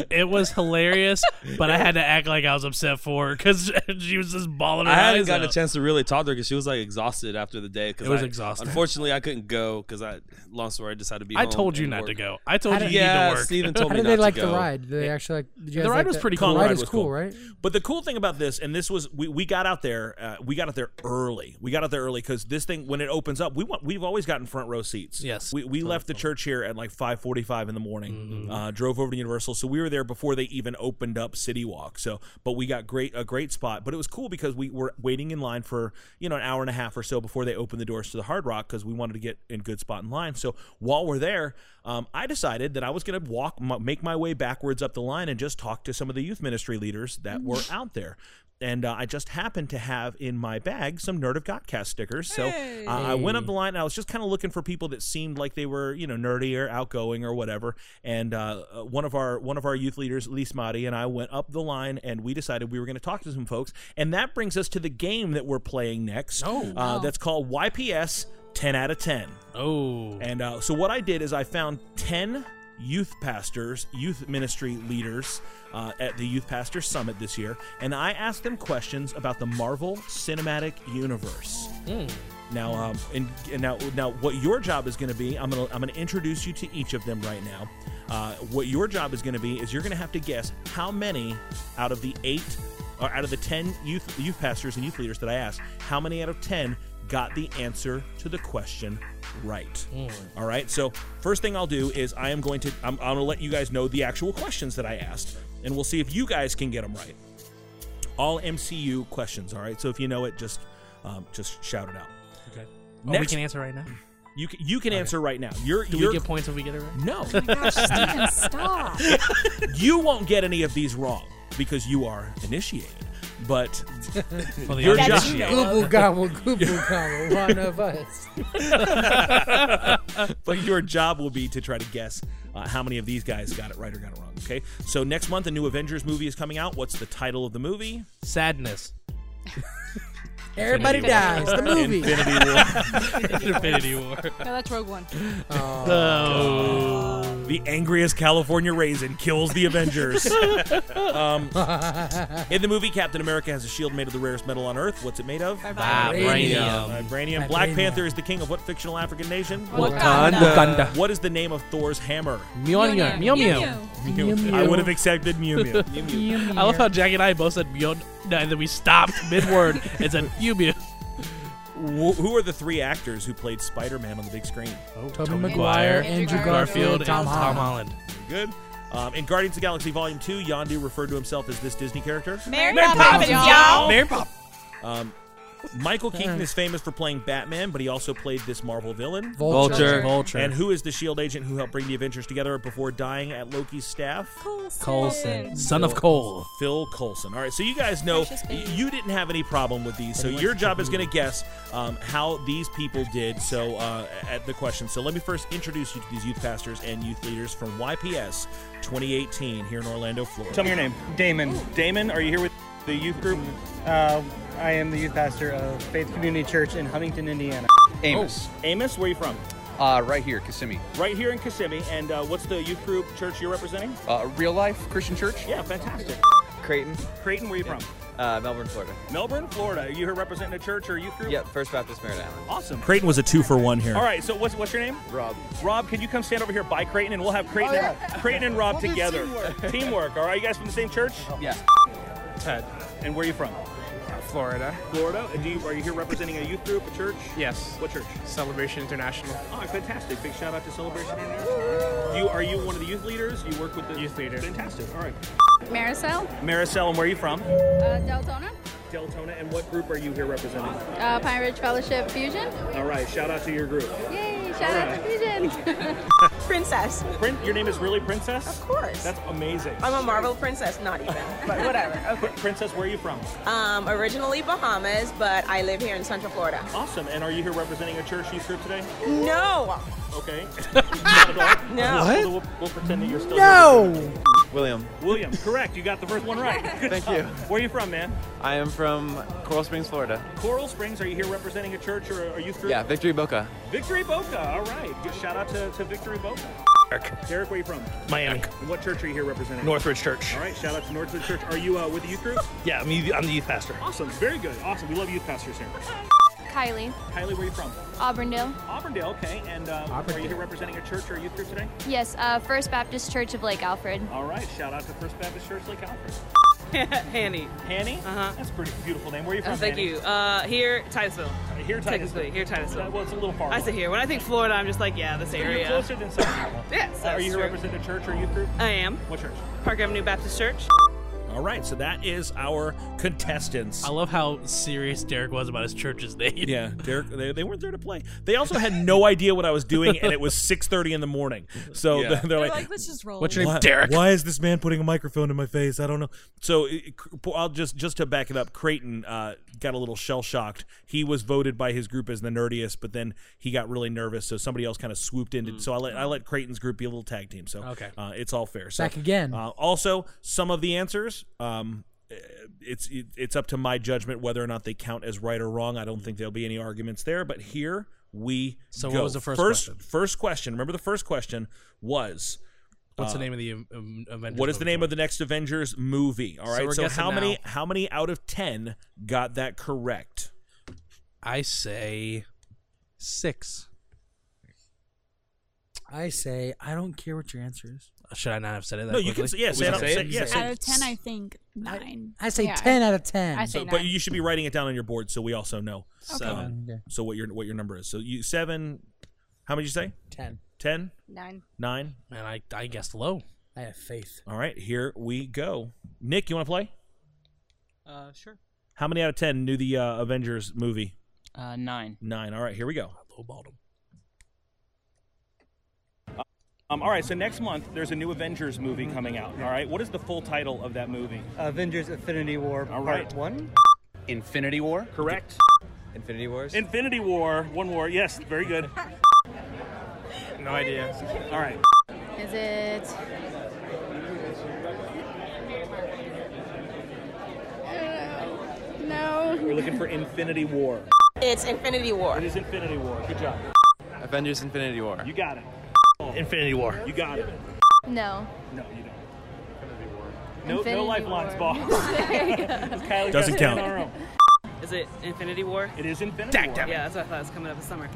it was hilarious, but I had to act like I was upset for her because she was just bawling her I hadn't eyes gotten out. a chance to really talk to her because she was like exhausted after the day. 'cause It was I- exhausting. Unfortunately, I couldn't go because I, long story, I just had to be. I home told you and not work. to go. I told you you Yeah, need to work. Steven told How me did they not like to the go. ride? Did they actually like? Did you guys The ride like was that? pretty The cool. ride Ride is was cool, cool. right? But the cool thing about this, and this was we, we got out there, uh, we got out there early. We got out there early because this thing when it opens up, we want we've always gotten front row seats. Yes. we, we left the church here at like five forty five in the morning. Mm-hmm. Uh, drove over to Universal, so we were there before they even opened up City Walk. So, but we got great a great spot. But it was cool because we were waiting in line for you know an hour and a half or so before they opened the doors to the Hard Rock because we wanted to get in good spot in line. So while we're there, um, I decided that I was going to walk, m- make my way backwards up the line and just talk to some of the youth ministry leaders that were out there. And uh, I just happened to have in my bag some Nerd of Godcast stickers. So uh, I went up the line and I was just kind of looking for people that seemed like they were, you know, nerdy or outgoing or whatever. And uh, uh, one of our one of our youth leaders, Lise Madi, and I went up the line and we decided we were going to talk to some folks. And that brings us to the game that we're playing next. Oh. Uh, that's called YPS 10 out of 10. Oh, And uh, so what I did is I found 10 youth pastors, youth ministry leaders uh, at the Youth Pastor Summit this year, and I asked them questions about the Marvel Cinematic Universe. Hmm. Now, um, and, and now, now, what your job is going to be? I'm gonna, I'm gonna introduce you to each of them right now. Uh, what your job is going to be is you're going to have to guess how many out of the eight, or out of the ten youth youth pastors and youth leaders that I asked, how many out of ten got the answer to the question right? All right. So first thing I'll do is I am going to, I'm, I'm going to let you guys know the actual questions that I asked, and we'll see if you guys can get them right all MCU questions. All right, so if you know it, just um, just shout it out. okay. Oh, we Next- can answer right now. You can, you can answer right now. You're, Do you're we get points if we get it right? no, Oh Gosh, Steven, stop. you won't get any of these wrong because you are initiated. But Well, the Your audience job- initiated. Google gobble, Google gobble, one of us. but your job will be to try to guess uh, how many of these guys got it right or got it wrong. Okay, so next month a new Avengers movie is coming out. What's the title of the movie? Sadness. Everybody Infinity dies. The movie. Infinity War. Infinity War. No, that's Rogue One. Oh. the angriest California raisin kills the Avengers. um, in the movie, Captain America has a shield made of the rarest metal on Earth. What's it made of? Vibranium. Vibranium. Black Vibranium. Panther is the king of what fictional African nation? What is the name of Thor's hammer? Mjolnir. Meow meow. Mew Mew. I would have accepted Mew Mew. I love how Jack and I both said Mjolnir, and then we stopped mid word and said Mew Mew. Wh- who are the three actors who played Spider-Man on the big screen? Tobey Oh, Tobey Maguire, Maguire, Andrew Andrew Garfield Garfield, and Tom Holland. Good. Um, in Guardians of the Galaxy Volume 2, Yondu referred to himself as this Disney character. Mary Mary Poppins, Poppins, y'all. Mary Pop. Um, Michael Keaton is famous for playing Batman, but he also played this Marvel villain. Vulture. Vulture. And who is the S.H.I.E.L.D. E agent who helped bring the Avengers together before dying at Loki's staff? Coulson. Son of Cole. Phil Coulson. All right, so you guys know Precious baby. you didn't have any problem with these, so your job is going to guess um, how these people did. So uh, at the question, so let me first introduce you to these youth pastors and youth leaders from YPS 2018 here in Orlando, Florida. Tell me your name. Damon. Damon, are you here with the youth group? Uh, I am the youth pastor of Faith Community Church in Huntington, Indiana. Oh. Amos, Amos, where are you from? uh, right here, Kissimmee. Right here in Kissimmee. And uh, what's the youth group church you're representing? Uh, real life Christian church? Yeah, fantastic. Creighton, Creighton, where are you from? uh, Melbourne, Florida. Melbourne, Florida. Are you here representing a church or a youth group? Yep, First Baptist Merritt Island. Awesome. Creighton was a two for one here. All right, so what's what's your name? Rob. Rob, can you come stand over here by Creighton and we'll have Creighton, Creighton and Rob together. Teamwork. All right, you guys from the same church? Yeah. Ted. And where are you from? Florida. Florida. And do you, are you here representing a youth group, a church? Yes. What church? Celebration International. Oh, fantastic! Big shout out to Celebration International. You are you one of the youth leaders? You work with the Youth leader. Fantastic. All right, Marisol, Maricel, and where are you from? uh, Deltona, Deltona. And what group are you here representing? uh, Pine Ridge Fellowship Fusion. All right, shout out to your group. Yay, shout Shout out to Vision. princess. Prin- your name is really Princess? Of course. That's amazing. I'm a Marvel princess, not even, but whatever. Pr- Princess, where are you from? Um, originally Bahamas, but I live here in Central Florida. Awesome. And are you here representing a church Easter today? No. Okay. Not at all? No. We'll- We'll, we'll pretend that you're still William, William, correct. You got the first one right. Thank you. Where are you from, man? I am from Coral Springs, Florida. Coral Springs. Are you here representing a church or a youth group? Yeah, Victory Boca. Victory Boca. All right. Good shout out to, to Victory Boca. Derek, where are you from? Miami. And what church are you here representing? Northridge Church. All right. Shout out to Northridge Church. Are you uh, with the youth group? Yeah, I'm, the- I'm the youth pastor. awesome. Very good. Awesome. We love youth pastors here. Kylie. Kylie, where are you from? Auburndale. Auburndale. Okay. And uh, are you here representing a church or a youth group today? Yes, uh, First Baptist Church of Lake Alfred. All right. Shout out to First Baptist Church Lake Alfred. Hanny. Hanny? Uh-huh. That's a pretty beautiful name. Where are you from? Uh, thank Hanny? you. Uh, here, Titusville. Here, Titusville. Technically, here, Titusville. Well, it's a little far. I say here. When I think Florida, I'm just like, yeah, this So you're area. closer than South Carolina. Yes, Uh, are that's you here true. representing a church or a youth group? I am. What church? Park Avenue Baptist Church. All right, so that is our contestants. I love how serious Derek was about his church's name. Yeah, Derek, they, they weren't there to play. They also had no idea what I was doing, and it was 6.30 in the morning. So Yeah. they're, They're like, like, "Let's just roll What's your name, Derek?" Why is this man putting a microphone in my face? I don't know. So it- I'll just, just to back it up, Creighton uh, got a little shell-shocked. He was voted by his group as the nerdiest, but then he got really nervous, so somebody else kind of swooped in. to- So I let, I let Creighton's group be a little tag team, so Okay. uh, it's all fair. So, Back again. Uh, also, some of the answers... Um, it's it- it's up to my judgment whether or not they count as right or wrong. I don't think there'll be any arguments there. But here we So go. what was the first first question? first question? Remember the first question was What's the uh, name of the um, um, Avengers? What is the movie? name of the next Avengers movie? All So right. we're So, guessing how many now. how many out of ten got that correct? I say six. I say I don't care what your answer is. Should I not have said it? That No, you can quickly? say- yeah, We say it can out- say- yeah, Out of ten, I think nine. I say 10 out of 10. So, but you should be writing it down on your board so we also know. Seven. Okay. So what your what your number is? So you seven. How many did you say? Ten. Ten. Nine. Nine. Man, I I guessed low. I have faith. All right, here we go. Nick, you want to play? Uh, sure. How many out of ten knew the uh, Avengers movie? Uh, nine. Nine. All right, here we go. Um, all right, so next month there's a new Avengers movie coming out. All right, what is the full title of that movie? Avengers Affinity War All Part right. 1. Infinity War. Correct. Infinity Wars. Infinity War. One war. Yes, very good. no idea. All right. Is it? No. We're looking for Infinity War. It's Infinity War. It is Infinity War. Good job. Avengers Infinity War. You got it. Infinity War. You got it. No. No, you don't. No- no No, Infinity lifelines, lifelines, ball. War. ball. Kylie Doesn't count. Is it Infinity War? It is Infinity War. damn it. Yeah, that's what I thought it was coming up this summer.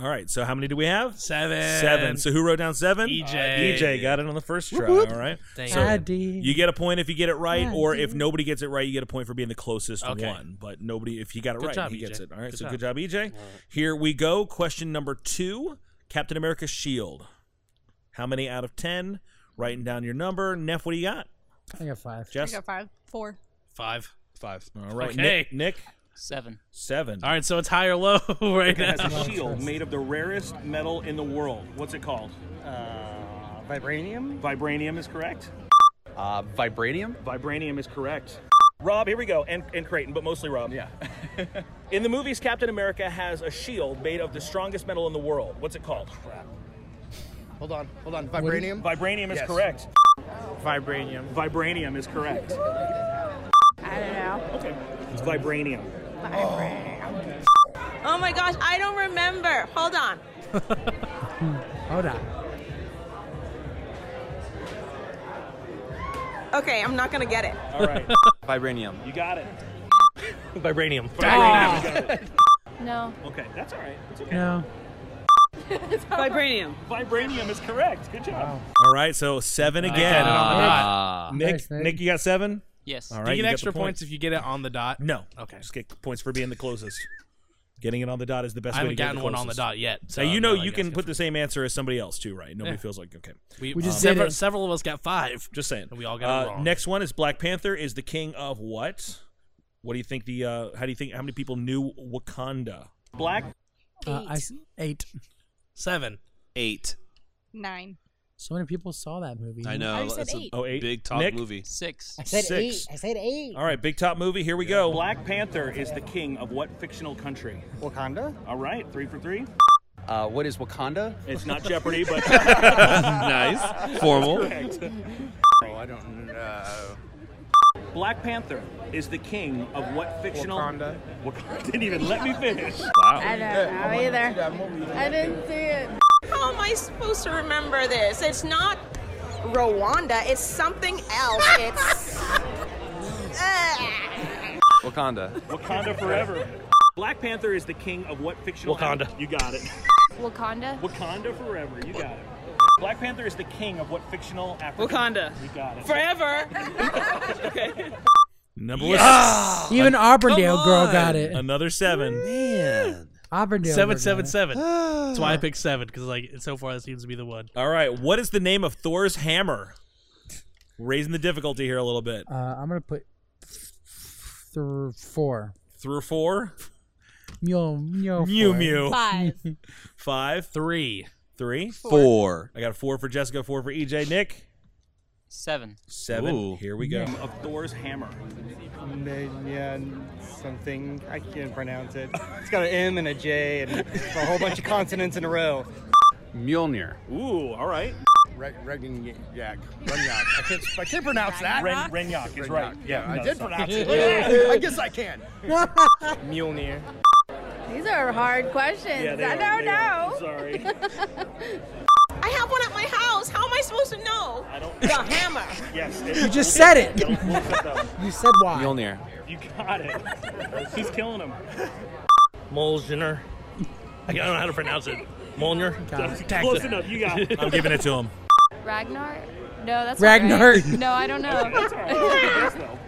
All right, so how many do we have? Seven. E Seven. So who wrote down seven? EJ. EJ got it on the first try. Whoop, whoop. All right. Dang So it. I did. you get a point if you get it right, I or did. if nobody gets it right, you get a point for being the closest Okay. one. But nobody, if you got it Good right, job, he EJ. gets it. All right. Good so job. good job, EJ. Here we go. Question number two: Captain America's shield. How many out of ten? Writing down your number. Neff, what do you got? I got five. Jess. five. Four. Five. Five. All right. Okay. Nick. Nick? Seven. Seven. All right, so it's high or low It right has now. a shield made of the rarest metal in the world. What's it called? Uh, vibranium. Vibranium is correct. Uh, vibranium. Vibranium is correct. Rob, here we go, and, and Creighton, but mostly Rob. Yeah. in the movies, Captain America has a shield made of the strongest metal in the world. What's it called? Hold on, hold on. Vibranium. Vibranium is Yes. correct. Vibranium. Vibranium is correct. I don't know. Okay. It's vibranium. Oh my gosh, I don't remember. Hold on. Hold on. Okay, I'm not gonna get it. All right. Vibranium. You got it. Vibranium. Vibranium, you got it. No. Okay, that's all right. It's okay. No. Vibranium. Vibranium is correct. Good job. All right, so seven Ah. again. Ah. Nick, Nice, Nick. Nick, you got seven. Yes. All Do you right. get got the extra point. points if you get it on the dot? No. Okay. Just get points for being the closest. Getting it on the dot is the best I way to haven't get gotten the one on closest. the dot yet, so now you know I'm not you gonna can put the same answer as somebody else too, right? Nobody Yeah. feels like okay. We, uh, Um, several, several of us got five. Just saying. And we all got it uh, wrong. Next one is Black Panther is the king of what? What do you think the? Uh, how do you think? How many people knew Wakanda? Black. Uh, I s- eight. Seven. Eight. Nine. So many people saw that movie. I know. That's a big top Hmm? Oh, Nick? movie. Six. I said Six. eight. I said eight. All right, big top movie. Here we go. Black Panther is the king of what fictional country? Wakanda. All right, three for three. Uh, what is Wakanda? It's not Jeopardy, but Nice. Formal. That's correct. Oh, I don't know. Black Panther is the king of what fictional? Wakanda. Wakanda didn't even let me finish. I don't know either. I didn't see it. How am I supposed to remember this? It's not Rwanda. It's something else. It's. Ah. Wakanda. Wakanda forever. Black Panther is the king of what fictional? Wakanda. You got it. Wakanda. Wakanda forever. You got it. Black Panther is the king of what fictional African? Wakanda. You got it. Forever. Number Yes! one. Ah! Even Auburndale girl got it. Another seven. Man. Auburndale. Seven, River. seven, seven. That's why I picked seven because like so far that seems to be the one. All right. What is the name of Thor's hammer? Raising the difficulty here a little bit. Uh, I'm gonna put through four. Three or four? Mew, Oh, mew, Mew four. Mew. Five. Five. Three. Three. Four. I got a four for Jessica, four for EJ. Nick? Seven. Seven. Here we go. Name Of Thor's hammer. Yeah, something I can't pronounce it. It's got an M and a J and a whole bunch of consonants in a row. Mjolnir. Ooh, all right. Re- Regnyak. Regnyak. I can't, I can't pronounce that. Ren- Renyak is right. Yeah, No, I did sorry. pronounce it. Look at that. I guess I can. Mjolnir. These are hard questions. Yeah, they I are, don't they are. know. Sorry. I have one at my house. How am I supposed to know? I don't. The hammer. Yes. You just said it. you said why. Mjolnir. You got it. He's killing him. Molziner. I don't know how to pronounce it. Molnir. Close enough. You got it. I'm giving it to him. Ragnar? No, that's Ragnar. Not right. No, I don't know.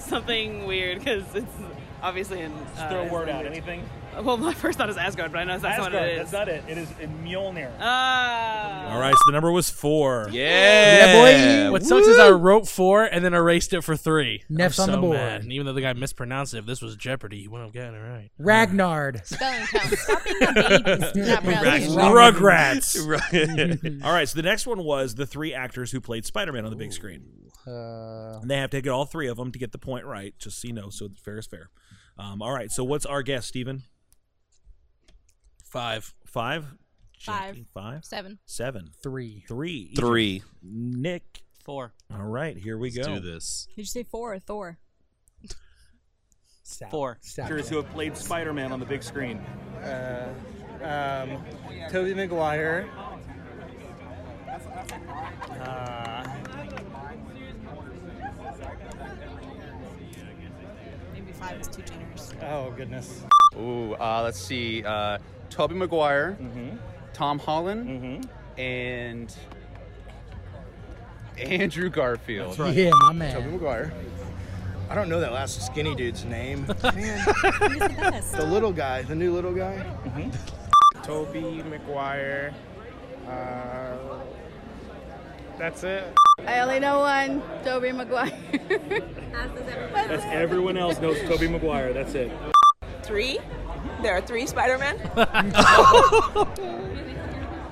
Something weird because it's obviously in. uh, Just throw a word out. Anything? Well, my first thought is Asgard, but I know that's Asgard. not what it is. That's not it. It is Mjolnir. Ah. All right. So the number was four. Yeah, boy. What sucks is I wrote four and then erased it for three. Neff's I'm on the so board. mad. And even though the guy mispronounced it, if this was Jeopardy, he wouldn't have gotten it right. Ragnard. Spelling Rugrats. Rugrats. all right. So the next one was the three actors who played Spider Man on the big screen. Uh, And they have to get all three of them to get the point right, just so you know. So fair is fair. Um, all right. So what's our guess, Steven? Five. Five? Five. Jackie, Five? Seven. Seven. Three. Three. Three. Nick. Four. All right. Here we Let's go. do this. Did you say four or Thor? Four. Actors who have played Spider-Man on the big screen. Uh, um, Toby Maguire. Uh, Maybe five is too generous. oh goodness. Ooh, uh, let's see. Uh, Toby Maguire, Tom Holland, and Andrew Garfield. Yeah, my man. Toby Maguire. I don't know that last skinny dude's name. the little guy, the new little guy. Mm-hmm. Toby McGuire. Uh, that's it. I only know one, Toby Maguire. That's everyone else knows Toby Maguire. That's it. Three? There are three Spider-Man?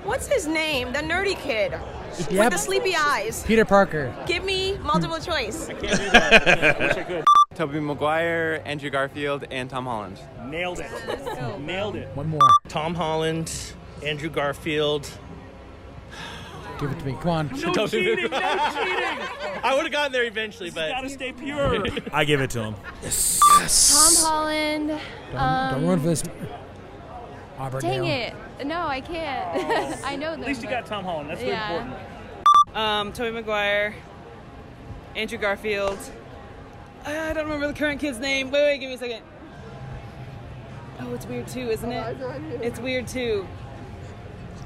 What's his name? The nerdy kid. With Yep. the sleepy eyes. Peter Parker. Hmm. Give me multiple choice. Toby Maguire, Andrew Garfield, and Tom Holland. Nailed it. Nailed it. One more. Tom Holland, Andrew Garfield. Give it to me. Come on. Toby cheating, Maguire. no cheating. I would have gotten there eventually, but Gotta stay pure. I give it to him. Tom Holland. Don't, um, don't ruin for this. Auburn. Dang it. No, I can't. I know them. Oh. At least you but- got Tom Holland. That's Yeah. really important. Um, Tobey Maguire, Andrew Garfield. I don't remember the current kid's name. Wait, wait, give me a second. Oh, it's weird too, isn't it? It's weird too.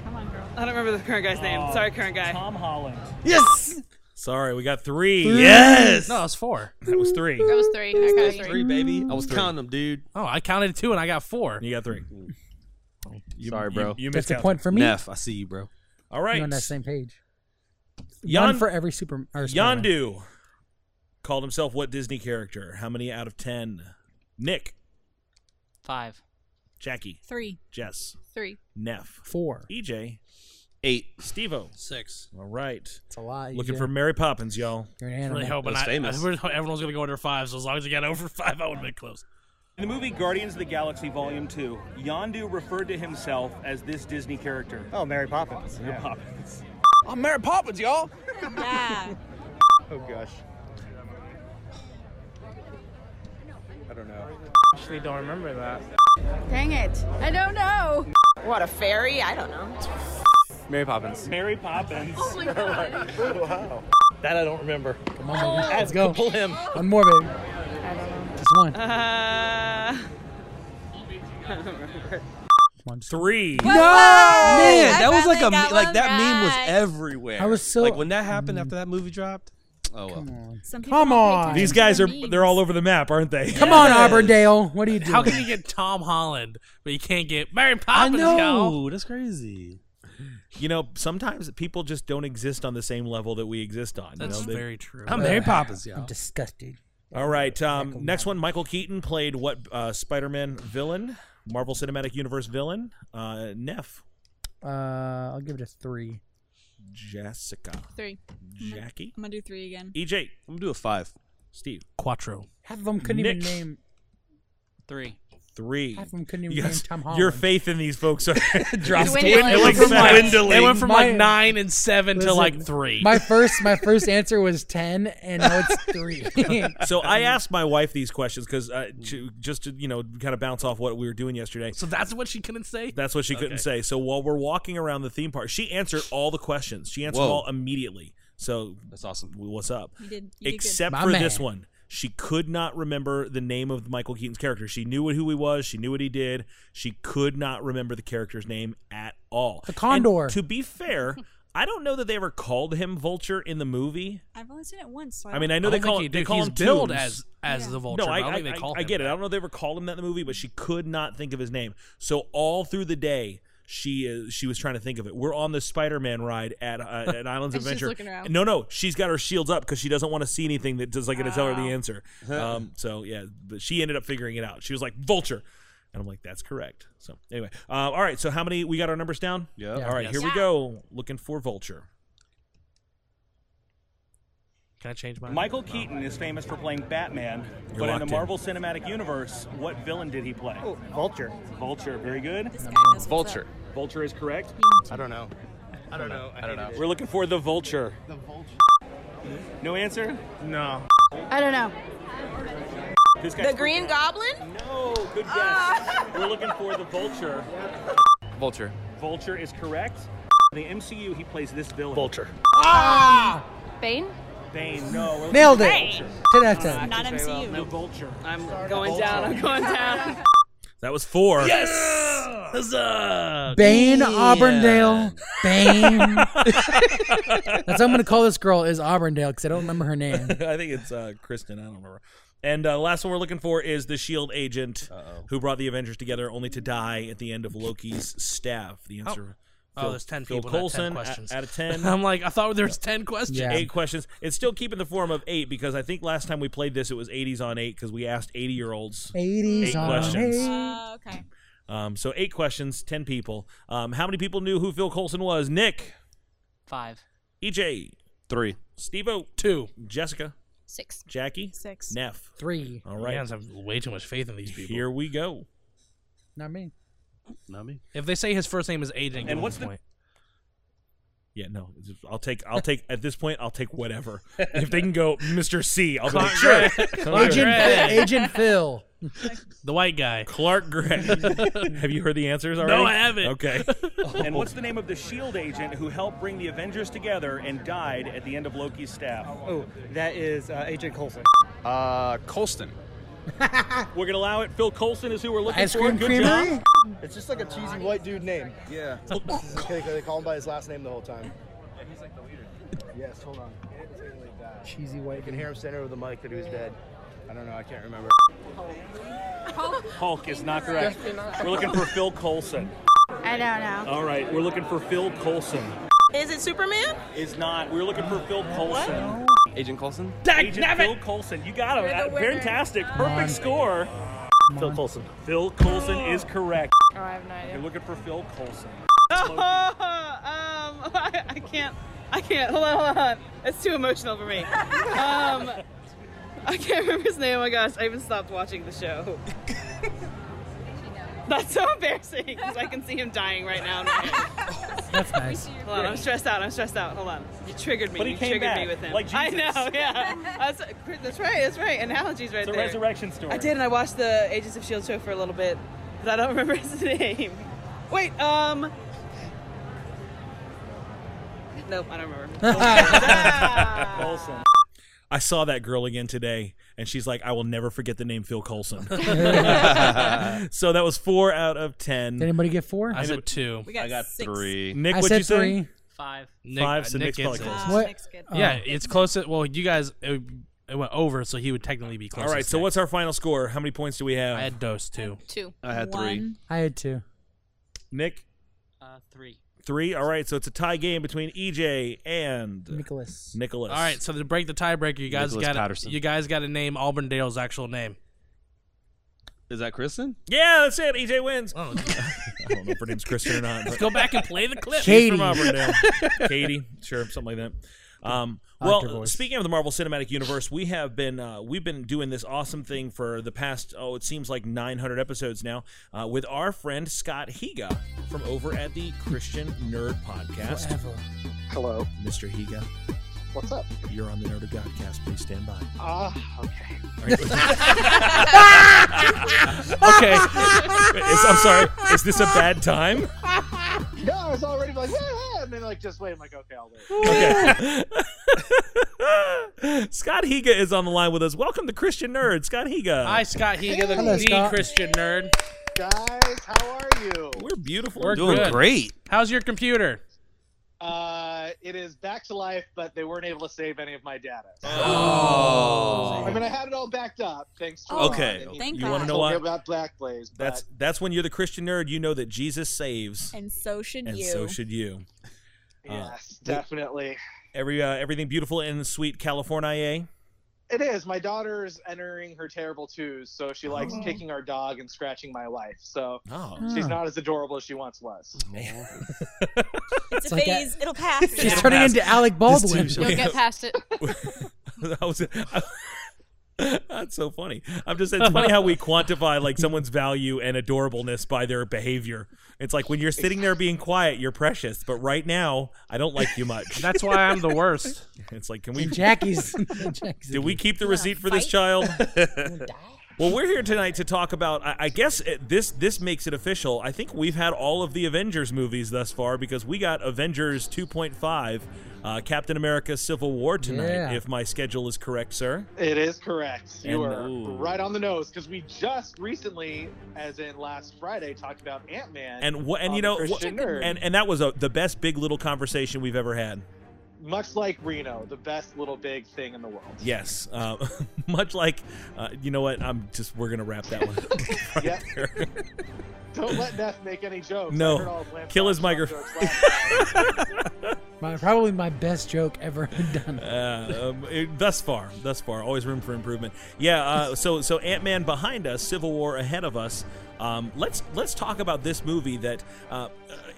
Come on, girl. I don't remember the current guy's name. Oh, Sorry, current guy. Tom Holland. Yes. Sorry, we got three. Yes! No, it was four. That was three. That was three. I got three. Three, baby. I was Three. counting them, dude. Oh, I counted two and I got four. You got three. Sorry, you- bro. you That's a miscounted. point for me. Neff, I see you, bro. All You're on right. that same page. Yon- One for every super. Or Spider-Man. Yondu called himself what Disney character? How many out of ten? Nick. Five. Jackie. Three. Jess. Three. Neff. E Four. E EJ. Eight. Stevo. Six. All right. It's a lot. Looking for Mary Poppins, y'all. You're Really hoping That's I, famous. I- everyone was going to go under five. So as long as you got over five, I would have been close. In the movie Guardians of the Galaxy Volume 2, Yondu referred to himself as this Disney character. Oh, Mary Poppins. Mary Poppins. I'm Mary Poppins, y'all. Yeah. Oh gosh. I don't know. Actually, don't remember that. Dang it. I don't know. What, a fairy? I don't know. Mary Poppins. Mary Poppins. Oh my God. Oh. wow. That I don't remember. Come on, baby. Let's go. Pull him. One more, baby. Just one. Uh, Oh, Three. Whoa, Man, whoa! that I was like finally a got me- like one that meme was right. everywhere. I was so- like when that happened after that movie dropped. Oh well. Some people Come don't pay on. attention These to guys are memes. they're all over the map, aren't they? Come on, Auburndale. What are you doing? How can you get Tom Holland, but you can't get Mary Poppins, y'all? that's crazy. You know, sometimes people just don't exist on the same level that we exist on. you That's know, they- very true. I'm Mary Poppins, I'm disgusted. All right. Um, next one, Michael Keaton played what uh, Spider-Man villain, Marvel Cinematic Universe villain, uh, Neff, Uh, I'll give it a three. Jessica, Three. Jackie, I'm gonna do three again. EJ. I'm gonna do a five. Steve, Quattro. Half of them couldn't Nick. even name. Three. three. Half of them couldn't even You name guys- Tom Your Holland. faith in these folks are dropped. It went, from like, it went from like My- nine and seven to Listen, like three. My first, my first answer was ten, and now it's three. so I asked my wife these questions because uh, to- just to you know kind of bounce off what we were doing yesterday. so that's what she couldn't say. That's what she couldn't say. So while we're walking around the theme park, she answered all the questions. She answered Whoa. all immediately. So that's awesome. What's up? You did- you did good. Except My for man. this one, she could not remember the name of Michael Keaton's character. She knew who he was. She knew what he did. She could not remember the character's name at all. The Condor. to be fair, I don't know that they ever called him Vulture in the movie. I've only seen it once. So I mean, I know I they don't call think it, he they did. call He's him billed Tombs. as- as Yeah. the Vulture, No, but I, I don't I- think they call I- I him get it. I don't know if they ever called him that in the movie, but she could not think of his name. So all through the day, she uh, she was trying to think of it. We're on the Spider-Man ride at uh, at Islands And she's Adventure. looking around. No, no, she's got her shields up because she doesn't want to see anything that does like going to tell her the answer. Um, so yeah, but she ended up figuring it out. She was like Vulture. And I'm like, that's correct. So anyway, uh, all right. So how many we got our numbers down? Yeah. All right, Yes. here we Yeah. go. Looking for Vulture. Can I change mine? Michael Keaton is famous for playing Batman, You're but in locked the in. Marvel Cinematic Universe, what villain did he play? Oh, Vulture. Vulture, very good. Vulture. Vulture is correct. I don't know. I don't know. I don't know. We're looking for the Vulture. The vulture. No answer? No. I don't know. This guy's The Green Goblin? No, good guess. We're looking for the Vulture. Vulture. Vulture is correct. In the MCU, he plays this villain. Vulture. Ah! Bane? Bane, no. we're looking Nailed for the it. Vulture. Ten out of ten. Not Very well, MCU. No Vulture. I'm going down. I'm going down. That was four. Yes. Huzzah! Bane Yeah. Auburndale. Bane. That's what I'm gonna call this girl is Auburndale because I don't remember her name. I think it's uh, Kristen. I don't remember. And uh, last one we're looking for is the Shield E agent who brought the Avengers together, only to die at the end of Loki's staff. The answer. Oh, there's ten Phil people. not 10 Coulson, a- questions. out of ten. I'm like, I thought there was ten questions. Yeah. Eight questions. It's still keeping the form of eight because I think last time we played this, it was 80s on eight because we asked 80 year olds. 80s Eight on questions. eight. Uh, okay. Um, so eight questions, 10 people. Um, how many people knew who Phil Coulson was? Nick, Five. EJ, Three. Steve O, Two. Jessica, Six. Jackie, Six. Neff. Three. All Right. right. Fans have way too much faith in these people. Here we go. Not me. Not me. If they say his first name is Agent, And give what's him a the- point. Yeah, no. it's just- I'll take. I'll take. At this point, I'll take whatever. If they can go, Mister C, I'll be like, sure. Clark Gregg. Agent Agent, Agent Phil. the white guy? Clark Gregg. Have you heard the answers already? No, I haven't. Okay. And what's the name of the S.H.I.E.L.D. E agent who helped bring the Avengers together and died at the end of Loki's staff? Oh, that is uh, Agent Coulson. Uh, Colston. We're going to allow it. Phil Coulson is who we're looking Ice for. cream Good creamery. job. It's just like a cheesy white dude name. Yeah. they, they call him by his last name the whole time. Yes, hold on. Cheesy white. You can hear him saying over the mic that he was dead. I don't know. I can't remember. Hulk is not correct. We're looking for Phil Coulson. I don't know. All right, we're looking for Phil Coulson. Is it Superman? Is not. We're looking for Phil Coulson. Agent Coulson. Agent Phil Coulson. You got him. You're the winner. Fantastic. Perfect score. Phil Coulson. Phil Coulson is correct. Oh, I have no idea. You're looking for Phil Coulson. um, I, I can't. I can't. Hold on, hold on. It's too emotional for me. Um, I can't remember his name. Oh my gosh, I even stopped watching the show. That's so embarrassing because I can see him dying right now. in my head. That's nice. Hold on, I'm stressed out. I'm stressed out. Hold on. You triggered me. But he you came triggered me back, with him. like I Jesus. know. Yeah. That's, that's right. That's right. Analogies right It's a there. resurrection story. I did, and I watched the Agents of Shield show for a little bit, but I don't remember his name. Wait. Um. Nope, I don't remember. Coulson. I saw that girl again today, and she's like, "I will never forget the name Phil Coulson." so that was four out of ten. Mm-hmm. Did anybody get four? I said two. We got I got six. three. Nick, I what said you say? three. Five. Nick, Five, so Nick Nick's gets probably it. close. What? Nick's good. Yeah, Oh. it's closest. Well, you guys, it, it went over, so he would technically be All close. right. So what's our final score? How many points do we have? I had dose two. Two. I had three. One. I had two. Nick, Uh, three. three. All right. So it's a tie game between EJ and Nicholas. Nicholas. All right, so to break the tiebreaker, you guys Nicholas got Patterson. you guys got to name Auburn Dale's actual name. Is that Kristen? Yeah, that's it. EJ wins. Oh, I don't know if her name's Kristen or not. Let's but- go back and play the clip. She's from Auburndale. Katie, sure, something like that. Um, I well, like her voice. speaking of the Marvel Cinematic Universe, we have been uh, we've been doing this awesome thing for the past oh it seems like 900 episodes now uh, with our friend Scott Higa from over at the Christian Nerd Podcast. Hello, Mr. Higa. What's up? You're on the Nerd of Godcast. Please stand by. Ah, okay. okay. Is- I'm sorry. Is this a bad time? No, I was already like, yeah, and then like just wait. I'm like, okay, I'll wait. Okay. Scott Higa is on the line with us. Welcome to Christian Nerd, Scott Higa. Hi, Scott Higa, the, Hello, the Scott. Christian nerd. Guys, how are you? We're beautiful. We're Doing good. great. How's your computer? Uh, it is back to life, but they weren't able to save any of my data. Oh. I mean, I had it all backed up thanks Oh, to. Okay. Ron, and you want to know told me what? about Black Blaze? but- That's that's when you're the Christian nerd. You know that Jesus saves, And so should and you. so should you. Uh, Yes, th- definitely. Every uh, everything beautiful in sweet California. It is. My daughter's entering her terrible twos, so she likes Oh. kicking our dog and scratching my wife. So Oh. she's Oh. not as adorable as she once was. It's, It's a like phase. that- It'll pass. She's turning Pass. into Alec Baldwin. This too You'll shall get past it. I was- that's so funny. I'm just it's funny how we quantify like someone's value and adorableness by their behavior. It's like when you're sitting there being quiet, you're precious, but right now, I don't like you much. That's why I'm the worst. It's like can we Jackie's. Jackie's Did we keep the You wanna receipt for this fight? child? well, we're here tonight to talk about. I, I guess it, this this makes it official. I think we've had all of the Avengers movies thus far because we got Avengers 2.5, uh, Captain America: Civil War tonight, Yeah. if my schedule is correct, sir. It is correct. You And- are Ooh. right on the nose because we just recently, as in last Friday, talked about Ant Man And what? And you know, wha- and and that was a, the best big little conversation we've ever had. much like Reno, the best little big thing in the world. Yes, uh, much like uh, you know what? I'm just we're gonna wrap that one. up right Yeah. there. Don't let Neff make any jokes. I heard all No, of Lance kill his Armstrong's microphone. jokes last night. My, probably my best joke ever done. Uh, um, it- thus far, thus far, always room for improvement. Yeah. Uh, so, so Ant Man behind us, Civil War ahead of us. Um, let's let's talk about this movie that, uh,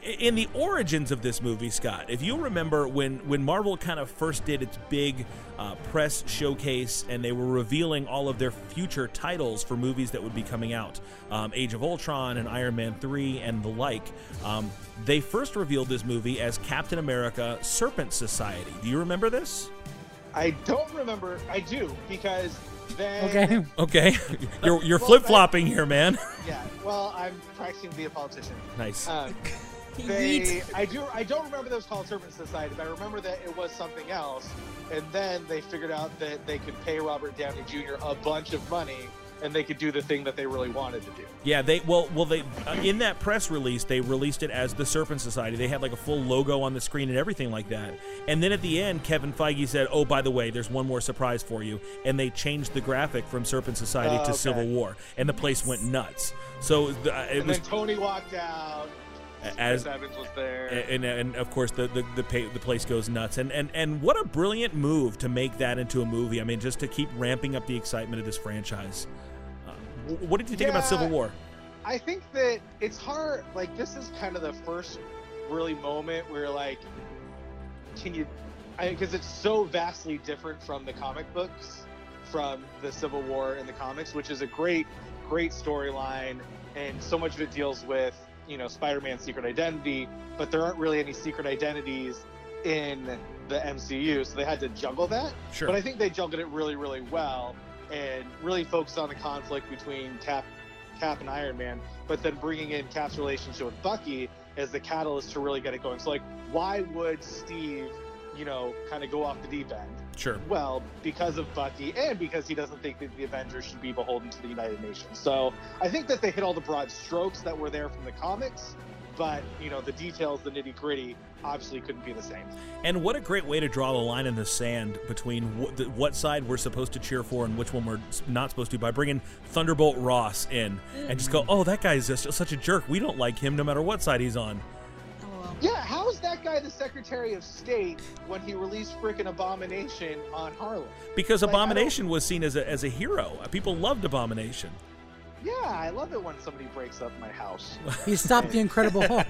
in the origins of this movie, Scott. If you remember when when Marvel kind of first did its big uh, press showcase and they were revealing all of their future titles for movies that would be coming out, um, Age of Ultron and Iron Man three and the like. Um, they first revealed this movie as Captain America: Serpent Society. Do you remember this? I don't remember. I do because then. Okay. You're you're Well, flip flopping here, man. Yeah. Well, I'm practicing to be a politician. Nice. Um, they, I do. I don't remember those called Serpent Society, but I remember that it was something else. And then they figured out that they could pay Robert Downey Jr. a bunch of money, and they could do the thing that they really wanted to do. Yeah, they well, well, they uh, in that press release they released it as the Serpent Society. They had like a full logo on the screen and everything like that. And then at the end, Kevin Feige said, "Oh, by the way, there's one more surprise for you," and they changed the graphic from Serpent Society Oh, to okay. Civil War, and the place went nuts. So uh, it and was then Tony walked out. as Chris Evans was there. and, and of course the the, the, pa the place goes nuts and, and and what a brilliant move to make that into a movie i mean just to keep ramping up the excitement of this franchise uh, W- What did you think about Yeah. Civil War? I think that it's hard. Like this is kind of the first really moment where like, can you? Because it's so vastly different from the comic books, from the Civil War in the comics, which is a great, great storyline, and so much of it deals with you know Spider-Man's secret identity, but there aren't really any secret identities in the MCU, so they had to juggle that. Sure. But I think they juggled it really, really well, and really focused on the conflict between Cap Cap and Iron Man, but then bringing in Cap's relationship with Bucky as the catalyst to really get it going. So, like, why would Steve, you know, kind of go off the deep end? Sure. Well, because of Bucky and because he doesn't think that the Avengers should be beholden to the United Nations. So, I think that they hit all the broad strokes that were there from the comics, but, you know, the details, the nitty gritty, obviously couldn't be the same. And what a great way to draw the line in the sand between wh- th- what side we're supposed to cheer for and which one we're s- not supposed to by bringing Thunderbolt Ross in and just Mm. go, oh, that guy's just such a jerk. We don't like him no matter what side he's on. Yeah, how is that guy the Secretary of State when he released frickin' Abomination on Harlem? Because Like, I don't- Abomination was seen as a, as a hero. Uh, People loved Abomination. Yeah, I love it when somebody breaks up my house. He stopped the Incredible Hulk.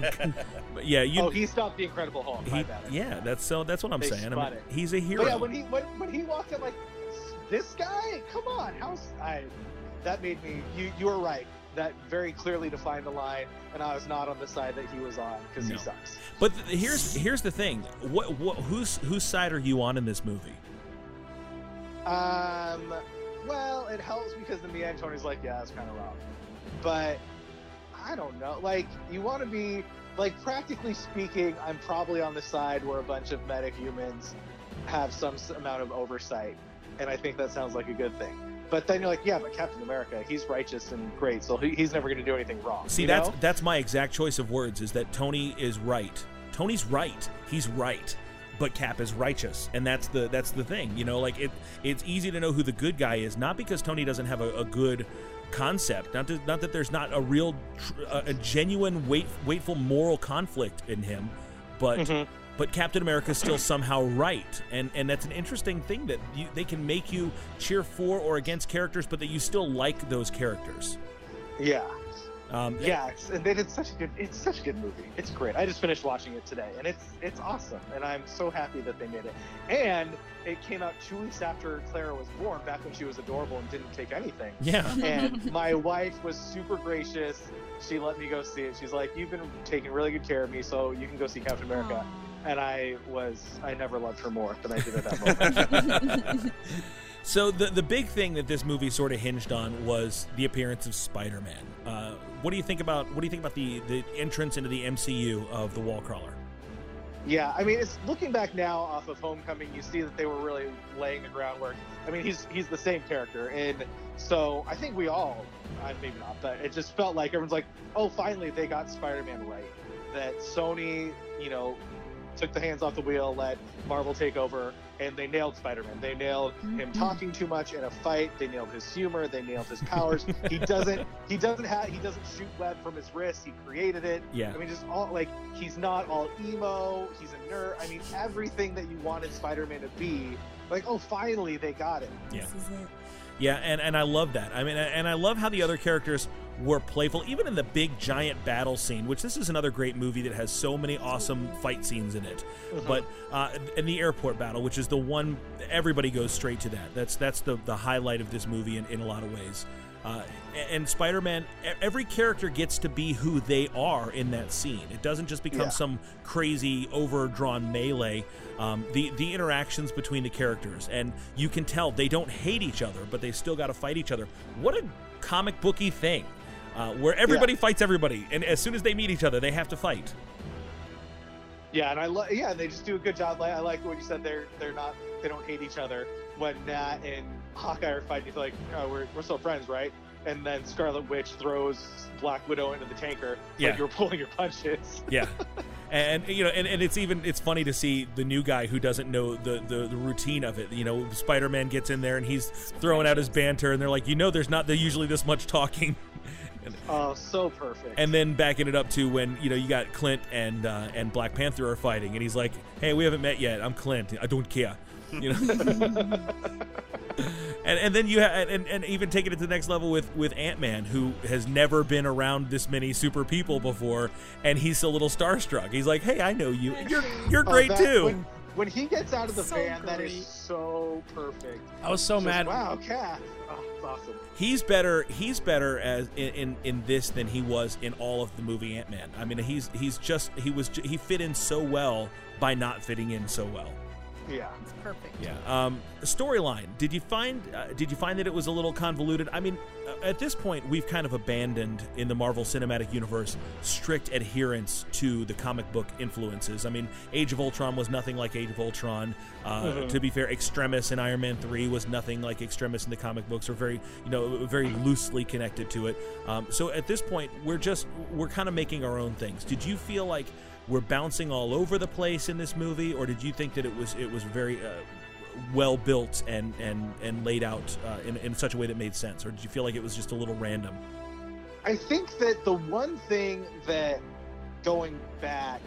But yeah, you. oh, he stopped the Incredible Hulk. My he- bad. yeah, that's so. That's what I'm They saying. I spot mean, it. he's a hero. But yeah, when he when, when he walked up like this guy, come on, how's I? That made me. You you were right. That very clearly defined the line, and I was not on the side that he was on because No. he sucks. But th- here's here's the thing. What, what whose whose side are you on in this movie? Um, well, it helps because in the end, Tony's like, yeah, that's kind of wrong. But I don't know. Like, you want to be, like, practically speaking, I'm probably on the side where a bunch of metahumans have some s- amount of oversight. And I think that sounds like a good thing. But then you're like, yeah, but Captain America, he's righteous and great, so he, he's never going to do anything wrong. See, you that's know? that's my exact choice of words. Is that Tony is right? Tony's right. He's right. But Cap is righteous, and that's the that's the thing. You know, like it. It's easy to know who the good guy is, not because Tony doesn't have a, a good concept, not to, not that there's not a real, tr- a, a genuine wait, waitful moral conflict in him, but Mm-hmm. but Captain America is still somehow right, and and that's an interesting thing that you, they can make you cheer for or against characters, but that you still like those characters. Yeah. Um, Yeah, it's- and they did such a good. It's such a good movie. It's great. I just finished watching it today, and it's it's awesome. And I'm so happy that they made it. And it came out two weeks after Clara was born, back when she was adorable and didn't take anything. Yeah. And my wife was super gracious. She let me go see it. She's like, "You've been taking really good care of me, so you can go see Captain America." And I was I never loved her more than I did at that moment. So the the big thing that this movie sort of hinged on was the appearance of Spider Man. Uh, what do you think about what do you think about the the entrance into the MCU of the wall crawler? Yeah, I mean, it's looking back now off of Homecoming, you see that they were really laying the groundwork. I mean, he's he's the same character, and so I think we all, I maybe not, but it just felt like everyone's like, oh, finally they got Spider-Man right. That Sony, you know, took the hands off the wheel, let Marvel take over, and they nailed Spider-Man. They nailed Mm-hmm. him talking too much in a fight. They nailed his humor. They nailed his powers. he doesn't he doesn't have he doesn't shoot web from his wrist. He created it. Yeah. I mean, just all like he's not all emo. He's a nerd. I mean, everything that you wanted Spider-Man to be. Like, oh, finally they got it. Yeah. Yeah, and, and I love that. I mean, and I love how the other characters were playful, even in the big giant battle scene, which this is another great movie that has so many awesome fight scenes in it. But uh, in the airport battle, which is the one everybody goes straight to that. That's that's the, the highlight of this movie in, in a lot of ways. Uh, and- and Spider Man, every character gets to be who they are in that scene. It doesn't just become Yeah. some crazy, overdrawn melee. Um, the the interactions between the characters, and you can tell they don't hate each other, but they still got to fight each other. What a comic booky thing, uh, where everybody fights everybody, and as soon as they meet each other, they have to fight. Yeah, and I love. Yeah, they just do a good job. Like, I like what you said. They're they're not. They don't hate each other. When Nat and Hawkeye are fighting, it's like, oh, we're we're still friends, right? And then Scarlet Witch throws Black Widow into the tanker. Yeah. Like you're pulling your punches. Yeah. And you know, and, and it's even it's funny to see the new guy who doesn't know the, the, the routine of it. You know, Spider Man gets in there and he's throwing out his banter, and they're like, you know, there's not usually this much talking, Oh, so perfect. and then backing it up to when you know you got Clint and uh, and Black Panther are fighting, and he's like, "Hey, we haven't met yet. I'm Clint. I don't care." You know. And, and then you ha- and, and even taking it to the next level with, with Ant Man, who has never been around this many super people before, and he's a little starstruck. He's like, "Hey, I know you. You're you're Oh, great that- too." When, when he gets out of the So van, that great. is so perfect. I was so It's just, mad. Wow, cat. Oh, it's awesome. he's better he's better as in, in in this than he was in all of the movie ant-man i mean he's he's just he was ju- he fit in so well by not fitting in so well Yeah. It's perfect. yeah um storyline did you find uh, did you find that it was a little convoluted i mean uh, at this point we've kind of abandoned in the marvel cinematic universe strict adherence to the comic book influences i mean age of ultron was nothing like age of ultron uh, Mhm. to be fair extremis in iron man 3 was nothing like extremis in the comic books or very you know very loosely connected to it um, so at this point we're just we're kind of making our own things did you feel like we're bouncing all over the place in this movie or did you think that it was it was very uh, well built and and and laid out uh, in, in such a way that made sense or did you feel like it was just a little random I think that the one thing that going back,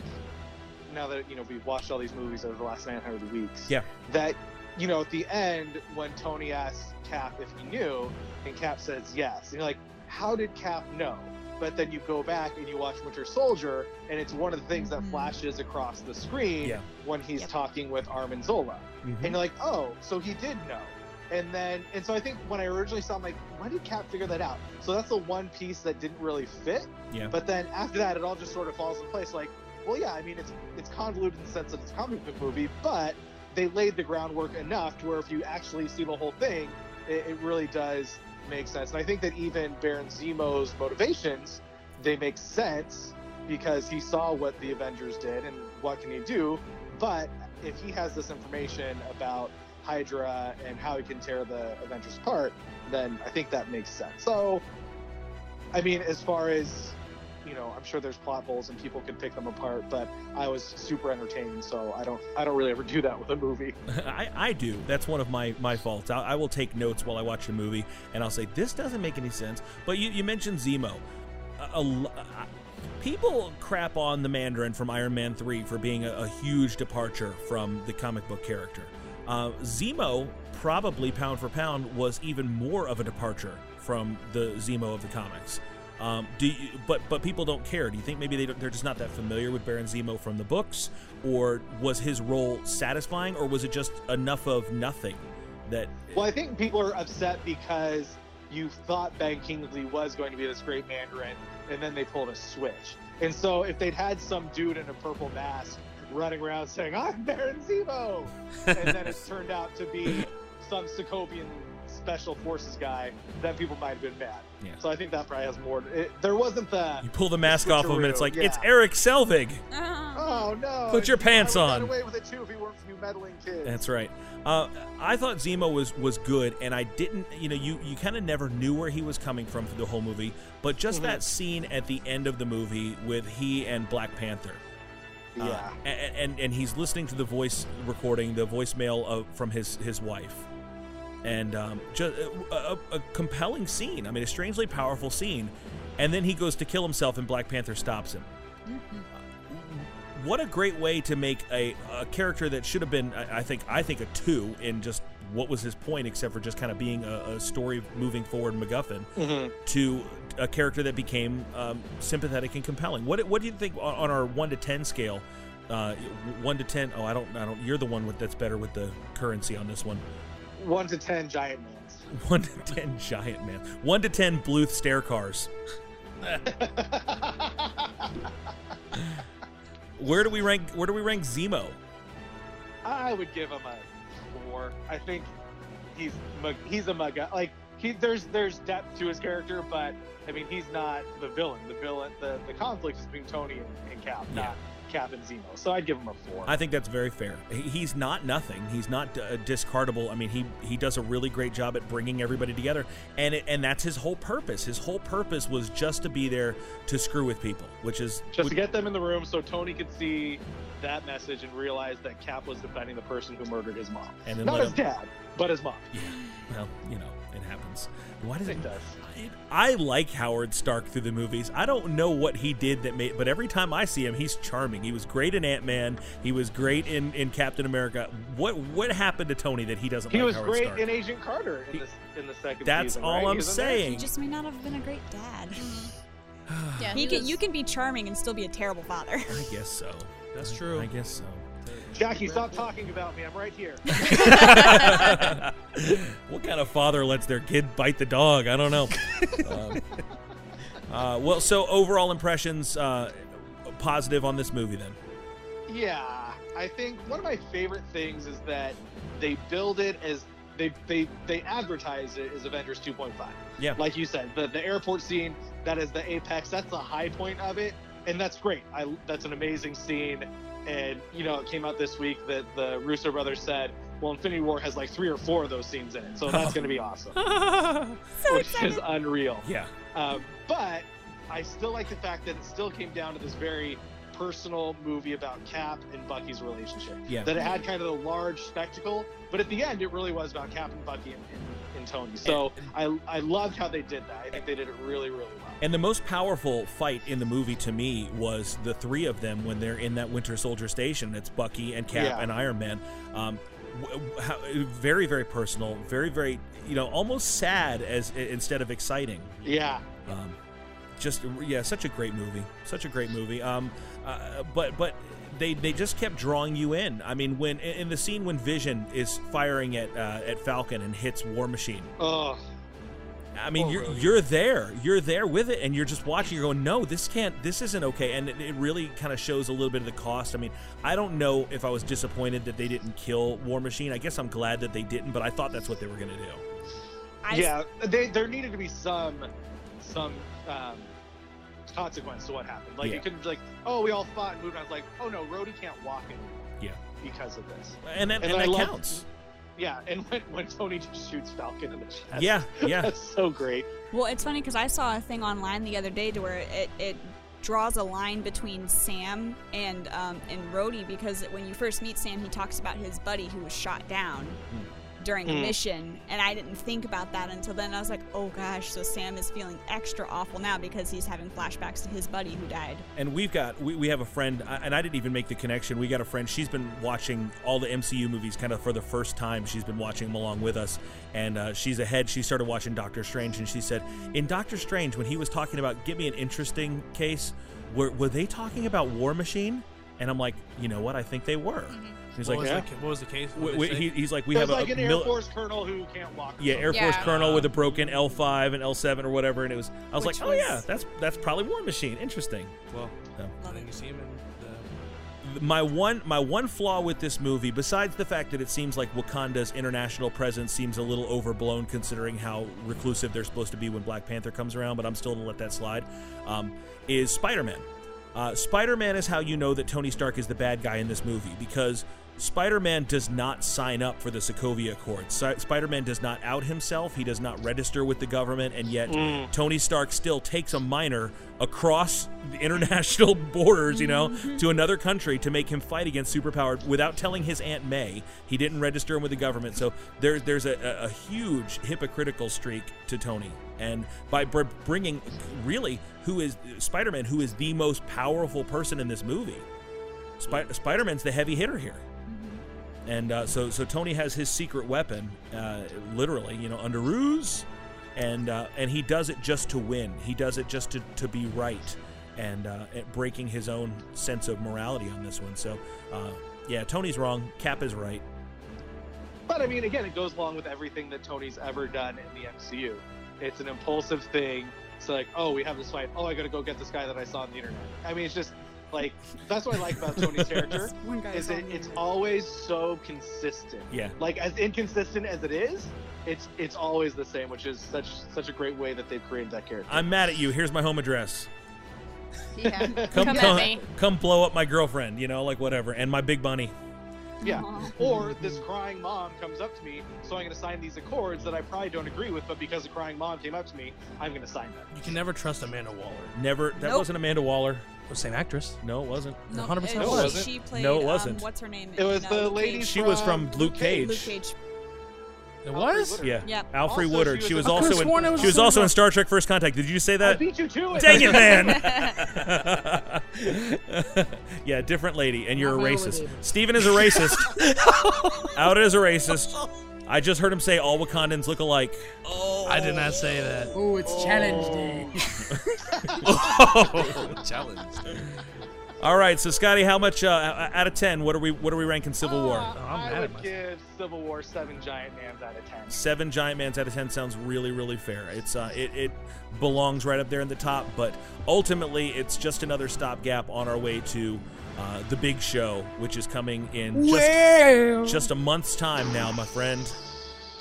now that you know we've watched all these movies over the last 900 weeks, yeah that you know at the end when Tony asks Cap if he knew, and Cap says yes, and you're like, how did Cap know? But then you go back and you watch Winter Soldier, and it's one of the things that flashes across the screen Yeah. when he's talking with Armin Zola, and you're like, oh, so he did know. And then, and so I think when I originally saw, it, I'm like, when did Cap figure that out? So that's the one piece that didn't really fit. Yeah. But then after that, it all just sort of falls in place. Like, well, yeah, I mean, it's it's convoluted in the sense that it's a comic book movie, but they laid the groundwork enough to where if you actually see the whole thing, it, it really does make sense. And I think that even Baron Zemo's motivations, they make sense because he saw what the Avengers did and what can he do. But if he has this information about Hydra and how he can tear the Avengers apart, then I think that makes sense. So, I mean, as far as you know, I'm sure there's plot holes and people can pick them apart, but I was super entertained, so I don't I don't really ever do that with a movie. I, I do. That's one of my, my faults. I, I will take notes while I watch a movie, and I'll say, this doesn't make any sense. But you, you mentioned Zemo. A- a lo- I- people crap on the Mandarin from Iron Man 3 for being a, a huge departure from the comic book character. Uh, Zemo, probably pound for pound, was even more of a departure from the Zemo of the comics. Um, do you, but but people don't care. Do you think maybe they don't, they're just not that familiar with Baron Zemo from the books, or was his role satisfying, or was it just enough of nothing that Well, I think people are upset because you thought Ben Kingsley was going to be this great Mandarin, and then they pulled a switch. And so, if they'd had some dude in a purple mask running around saying, I'm Baron Zemo, and then it turned out to be some Sokovian special forces guy, then people might have been mad. Yeah. So, I think that probably has more. It, there wasn't the. you pull the mask off of him and it's like Switcheroo, it's yeah. Eric Selvig? Um, Oh, no. Put your I pants would've got on. away with it too if he weren't for you meddling kids. That's right. Uh, I thought Zemo was was good, and I didn't. You know, you you kind of never knew where he was coming from for the whole movie. But just Mhm. that scene at the end of the movie with he and Black Panther. Uh, Yeah. a- a- and, and he's listening to the voice recording, the voicemail of, from his his wife, and um, just a, a, a compelling scene. I mean, a strangely powerful scene. And then he goes to kill himself, and Black Panther stops him what a great way to make a, a character that should have been I, I think I think a two in just what was his point except for just kind of being a, a story moving forward MacGuffin Mhm. to a character that became um, sympathetic and compelling. What what do you think on, on our one to ten scale? Uh, one to ten. Oh, I don't I don't. You're the one with that's better with the currency on this one. One to ten giant man. One to ten giant man. One to ten Bluth stair cars. where do we rank? Where do we rank Zemo? I would give him a four. I think he's mug- he's a mug like he there's there's depth to his character, but I mean he's not the villain. The villain the, the conflict is between Tony and, and Cap, not Captain Zemo. So I'd give him a four. I think that's very fair. He- He's not nothing. He's not uh, discardable. I mean, he he does a really great job at bringing everybody together, and it, and that's his whole purpose. His whole purpose was just to be there to screw with people, which is Just to get them in the room so Tony could see that message and realize that Cap was defending the person who murdered his mom. And then Not let his him- dad, but his mom. well, you know, it happens. Why does It does. I like Howard Stark through the movies. I don't know what he did that made, but every time I see him, he's charming. He was great in Ant Man. He was great in, in Captain America. What what happened to Tony that he doesn't? He like was Howard great Stark? in Agent Carter in, this, in the second That's season, all right? I'm He was in there? saying. He just may not have been a great dad. Yeah, he he can, was- you can be charming and still be a terrible father. I guess so. That's true. I guess so. Jackie, stop talking about me. I'm right here. what kind of father lets their kid bite the dog? I don't know. um, uh, well, so overall impressions uh, positive on this movie then. Yeah, I think one of my favorite things is that they build it as they they they advertise it as Avengers 2.5. Yeah. Like you said, the the airport scene that is the apex. That's the high point of it, and that's great. I that's an amazing scene, and you know it came out this week that the Russo brothers said, well, Infinity War has like three or four of those scenes in it, so that's going to be awesome. which is unreal. Yeah. Um, but I still like the fact that it still came down to this very personal movie about Cap and Bucky's relationship. Yeah. That it had kind of the large spectacle, but at the end, it really was about Cap and Bucky and, and, and Tony. So I I loved how they did that. I think they did it really really well. And the most powerful fight in the movie to me was the three of them when they're in that Winter Soldier station. It's Bucky and Cap Yeah. and Iron Man. Um, w- w- how, very, very personal. Very, very, you know, almost sad as i- instead of exciting. Yeah. Um, just yeah, such a great movie. Such a great movie. Um, uh, but but they they just kept drawing you in. I mean, when in in the scene when Vision is firing at uh, at Falcon and hits War Machine. Oh. I mean, you're you're there, you're there with it, and you're just watching. You're going, no, this can't, this isn't okay, and it, it really kind of shows a little bit of the cost. I mean, I don't know if I was disappointed that they didn't kill War Machine. I guess I'm glad that they didn't, but I thought that's what they were gonna do. I- yeah, they, there needed to be some some um, consequence to what happened. Like Yeah. you couldn't be like, oh, we all fought and moved on. It's like, oh no, Rhodey can't walk anymore Yeah, because of this. and that, and I that loved- counts. Yeah, and when, when Tony just shoots Falcon in the chest. Yeah, yeah. That's so great. Well, it's funny because I saw a thing online the other day to where it, it draws a line between Sam and um, and Rhodey because when you first meet Sam, he talks about his buddy who was shot down during the Mm. mission, and I didn't think about that until then. I was like, oh gosh, so Sam is feeling extra awful now because he's having flashbacks to his buddy who died. And we've got we, we have a friend, I- and I didn't even make the connection. We got a friend. She's been watching all the MCU movies kind of for the first time. She's been watching them along with us, and uh, she's ahead. She started watching Doctor Strange, and she said, in Doctor Strange, when he was talking about give me an interesting case, were were they talking about War Machine? And I'm like, you know what? I think they were. He's What like, was yeah. the ca- what was the case? What We- did we- they say? he- he's like, we There's have Mm-hmm. like a an Air mil- Force colonel who can't walk. or yeah, Air something. Force Colonel with a broken L5 and L7 or whatever, and it was. I was Which like, oh was- yeah, that's that's probably War Machine. Interesting. Well, So. and then you see him in the. my one my one flaw with this movie besides the fact that it seems like Wakanda's international presence seems a little overblown considering how reclusive they're supposed to be when Black Panther comes around but I'm still gonna let that slide um, is Spider-Man uh, Spider-Man is how you know that Tony Stark is the bad guy in this movie because Spider-Man does not sign up for the Sokovia Accord. Si- Spider-Man does not out himself. He does not register with the government, and yet Mm. Tony Stark still takes a minor across the international borders, you know, to another country to make him fight against superpowered without telling his Aunt May. He didn't register him with the government. So there, there's a, a, a huge hypocritical streak to Tony. And by br- bringing, really, who is Spider Man, who is the most powerful person in this movie, Spi- Spider Man's the heavy hitter here. And uh, so, so Tony has his secret weapon, uh, literally, you know, under ruse, and uh, and he does it just to win. He does it just to, to be right, and uh, at breaking his own sense of morality on this one. So, uh, yeah, Tony's wrong. Cap is right. But I mean, again, it goes along with everything that Tony's ever done in the MCU. It's an impulsive thing. It's like, oh, we have this fight. Oh, I gotta go get this guy that I saw on the internet. I mean, it's just like that's what I like about Tony's character. One guy is saw it, it's always so consistent. Yeah. Like as inconsistent as it is, it's it's always the same, which is such such a great way that they've created that character. I'm mad at you. Here's my home address. Yeah. Come, Come at come- me. come blow up my girlfriend, you know, like whatever, and my big bunny. Yeah. Or this crying mom comes up to me, so I'm going to sign these accords that I probably don't agree with, but because the crying mom came up to me, I'm going to sign them. You can never trust Amanda Waller. Never. That Nope. wasn't Amanda Waller. It was the same actress. No, it wasn't. No, 100% No, it was. wasn't. She played, no, it um, wasn't. what's her name? It was in, uh, the Luke lady Cage? She was Um, from from Luke Cage. Luke Cage. It was. Yeah. Yeah. Alfrey Also, Woodard. she She was was in- I could've also in. sworn it was she was the same also one. in Star Trek: First Contact. Did you say that? beat you to it. Dang it, man. yeah, different lady, and you're a Alfrey racist. Woodard. Steven is a racist. Out as a racist. I just heard him say all Wakandans look alike. Oh. I did not say that. Oh, it's challenge day. Challenge. All right, so Scotty, how much uh, out of ten? What are we? What are we ranking Civil War? Uh, I would give Civil War seven giant hands out of ten. Seven giant mans out of ten sounds really, really fair. It's uh, it, it belongs right up there in the top, but ultimately it's just another stopgap on our way to uh, the big show, which is coming in just, Well. just a month's time now, my friend.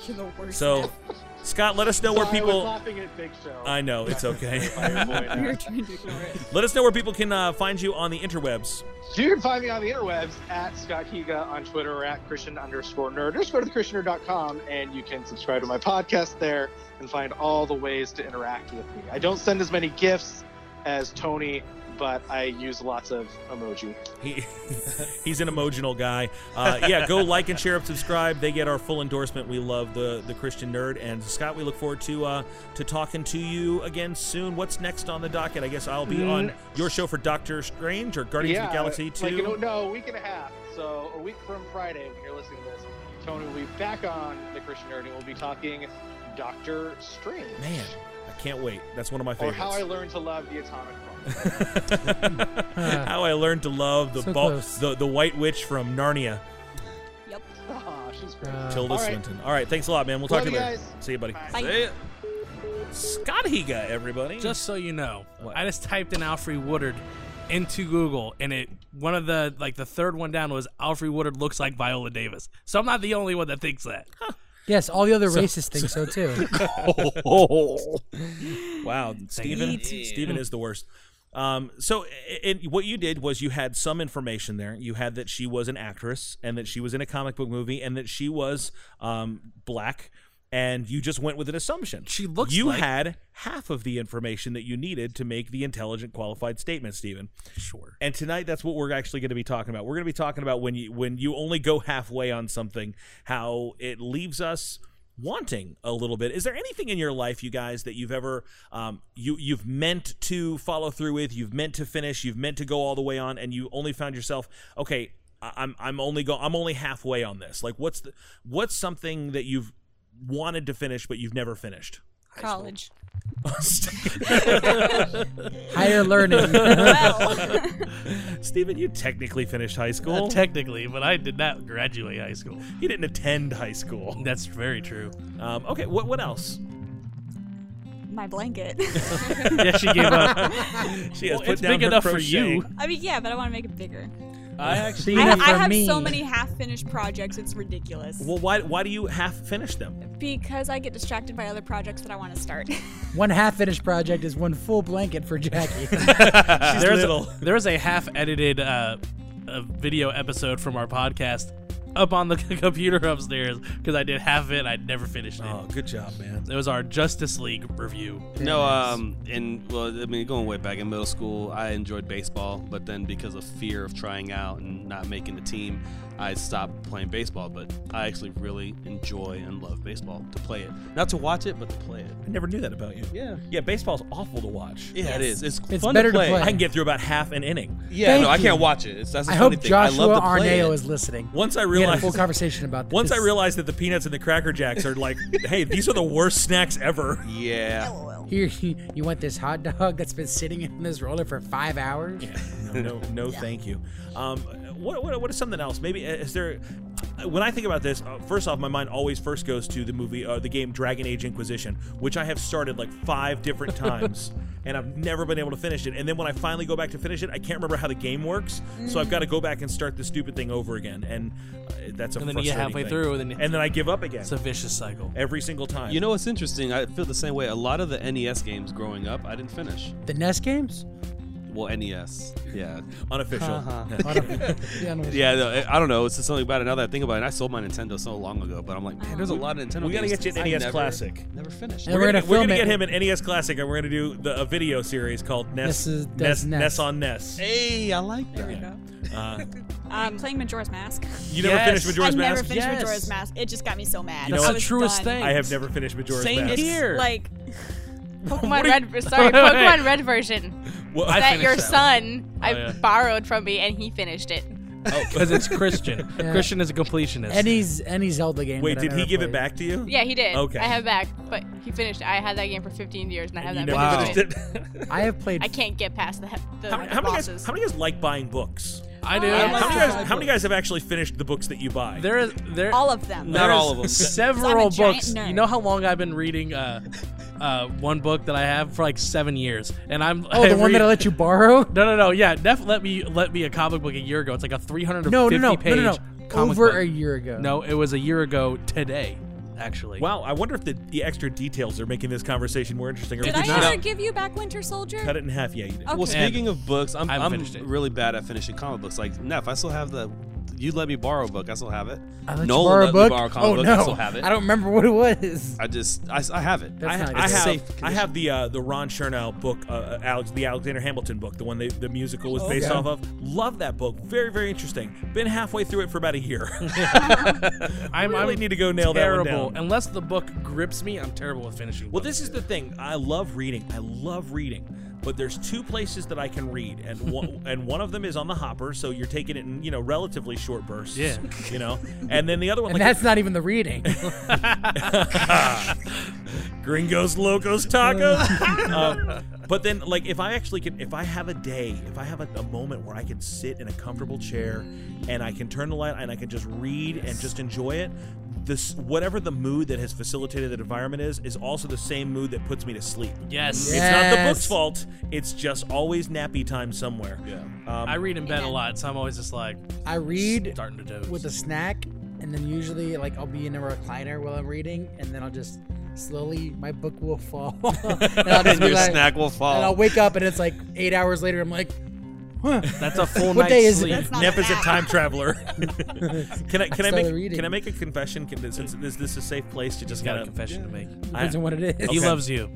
You're the worst. So, Scott, let us know where Sorry, I was people. laughing at Big Show. I know it's okay. You're trying to ignore it. let us know where people can uh, find you on the interwebs. You can find me on the interwebs at Scott Higa on Twitter or at Christian underscore nerd. Or just go to thechristianer.com and you can subscribe to my podcast there and find all the ways to interact with me. I don't send as many gifts as Tony, but I use lots of emoji. He, he's an emotional guy. Uh, yeah, go like and share and subscribe. They get our full endorsement. We love the the Christian nerd and Scott. We look forward to uh, to talking to you again soon. What's next on the docket? I guess I'll be Mm. on your show for Doctor Strange or Guardians of the Galaxy Like, you know, two. no, a week and a half. So a week from Friday, when you're listening to this, Tony will be back on the Christian nerd and we'll be talking Doctor Strange. Man, I can't wait. That's one of my Or favorites. how I learned to love the atomic bomb. How I learned to love the So bal- close. the the White Witch from Narnia, Yep. Aw, she's great. Tilda Uh, All right. Swinton. All right, thanks a lot, man. We'll Love talk to you you later. guys. See you, buddy. Bye. See ya. Scott Higa, everybody. Just so you know, I just typed in Alfred Woodard into Google, and it one of the like the third one down was Alfred Woodard looks like Viola Davis. So I'm not the only one that thinks that. Yes, all the other So- racists think so too. wow, Stephen. Stephen is the worst. Um, so, i- i- what you did was you had some information there. You had that she was an actress, and that she was in a comic book movie, and that she was um, black. And you just went with an assumption. She looks. You like- had half of the information that you needed to make the intelligent, qualified statement, Stephen. Sure. And tonight, that's what we're actually going to be talking about. We're going to be talking about when you when you only go halfway on something, how it leaves us wanting a little bit. Is there anything in your life, you guys, that you've ever um, you you've meant to follow through with, you've meant to finish, you've meant to go all the way on, and you only found yourself okay. I- I'm I'm only go I'm only halfway on this. Like, what's the what's something that you've wanted to finish but you've never finished? College. Higher learning. Well. Stephen, you technically finished high school. Not Uh, technically, but I did not graduate high school. You didn't attend high school. That's very true. Um, okay, what what else? My blanket. Yeah, she gave up. She has Well, put it's down big her enough for crochet. you. I mean, yeah, but I want to make it bigger. I actually- I, Even I for have so me. many half-finished projects. It's ridiculous. Well, why why do you half finish them? Because I get distracted by other projects that I want to start. one half finished project is one full blanket for Jackie. there's A, there's a half edited uh, uh video episode from our podcast up on the computer upstairs because I did half it and I never finished it. Oh, good job, man. It was our Justice League review. No, um, in well, I mean, going way back in middle school, I enjoyed baseball, but then because of fear of trying out and not making the team, I stopped playing baseball. But I actually really enjoy and love baseball to play it, not to watch it, but to play it. I never knew that about you. Yeah. Yeah, baseball's awful to watch. Yeah, it Yes. is. It's It's fun to better to play. play. I can get through about half an inning. Yeah, no, I can't watch it. It's, that's the I funny hope thing. I love Joshua to play Arneo it. is listening. Once I we had a realized- full conversation about this. Once I realized that the peanuts and the cracker jacks are like, hey, these are the worst snacks ever. Yeah. Here, you, you want this hot dog that's been sitting in this roller for five hours? No, no, no thank you. Um, what, what, what is something else? Maybe uh, is there? uh, When I think about this, uh, first off, my mind always first goes to the movie, uh, the game Dragon Age Inquisition, which I have started like five different times, and I've never been able to finish it. And then when I finally go back to finish it, I can't remember how the game works, so Mm. I've got to go back and start the stupid thing over again, and uh, that's a And then you get frustrating halfway thing. through, and then you- and then I give up again. It's a vicious cycle. every single time. You know what's E interesting? I feel the same way. A lot of the NES games growing up, I didn't finish. The NES games? well, NES. Yeah. Unofficial. Yeah, unofficial. yeah, no, I- I don't know. It's just something about it. Now that I think about it, and I sold my Nintendo so long ago, but I'm like, man, there's a lot of Nintendo Um, We gotta games get you an I NES never- Classic. Never finished. We're, gonna, we're gonna get him an NES Classic, and we're gonna do the, a video series called Ness This is- Ness, that's Ness. Ness. on Ness. Uh, Hey, I like There we Yeah. go. Uh, Um, playing Majora's Mask. You never Yes. finished Majora's I never Mask? finished Yes. Majora's Mask. It just got me so mad. you know I what? was done. I have never finished Majora's Same Mask. here. Like Pokemon What are you- Red, sorry, Wait, wait, wait. Pokemon Red version. Well, I that finished your that one. Oh, son I yeah. borrowed from me and he finished it. because it's Christian. Yeah. Christian is a completionist. And he's and he's held the game. Wait, that I did he never give it played. back to you? Yeah, he did. Okay. I have it back, but he finished. I had that game for 15 years and I have that. you never back. finished I have played. I can't get past the, the, the How, how many bosses. guys? How many guys like buying books? I do. How, I like many to buy guys? How many guys have actually finished the books that you buy? There is there all of them. there's all of them. Several 'Cause I'm a giant books. nerd. You know how long I've been reading uh, uh, one book that I have for like seven years, and I'm Oh, the one that I let you borrow? No, no, no. Yeah, Neff let me let me a comic book a year ago. It's like a 350 No, no, no, page no, no, no. comic Over book. a year ago. No, it was a year ago today, actually. Wow, I wonder if the, the extra details are making this conversation more interesting. Or Did if I it's ever not. give you back Winter Soldier? cut it in half? Yeah, you did. Okay. Well, speaking of books, I'm, I haven't I'm finished it. really bad at finishing comic books. Like, Neff, I still have the. You let me borrow a book. I still have it. I let Nolan you borrow a let book. me borrow a comic oh book. no, I still have it. I don't remember what it was. I just, I, I have it. That's I, not I good. have Safe I have the uh, the Ron Chernow book, uh, Alex, the Alexander Hamilton book, the one they, the musical was based Okay. off of. Love that book. Very very interesting. Been halfway through it for about a year. I I'm, really I'm need to go nail terrible. that one down. Unless the book grips me, I'm terrible at finishing. Well, books. this is the thing. I love reading. I love reading, but there's two places that I can read, and one, and one of them is on the hopper, so you're taking it in you know relatively short bursts. Yeah. you know, and then the other one. And like- that's not even the reading. Gringos, locos, tacos. Um, but then, like, if I actually can, if I have a day, if I have a, a moment where I can sit in a comfortable chair and I can turn the light and I can just read and just enjoy it, this whatever the mood that has facilitated that environment is, is also the same mood that puts me to sleep. Yes. it's not the book's Yes. fault. It's just always nappy time somewhere. Yeah, um, I read in bed a lot, so I'm always just like I read starting to doze. with a snack, and then usually like I'll be in a recliner while I'm reading, and then I'll just slowly my book will fall, and, I'll And be your snack will fall. and I'll wake up, and it's like eight hours later. I'm like, huh, That's a full What night's day is it? sleep. That's Nep is a time traveler. can I can I, started make reading. can I make a confession? Can, this- since this, this is a safe place to just got kind a of confession to make. depends on what it is. He Okay. loves you.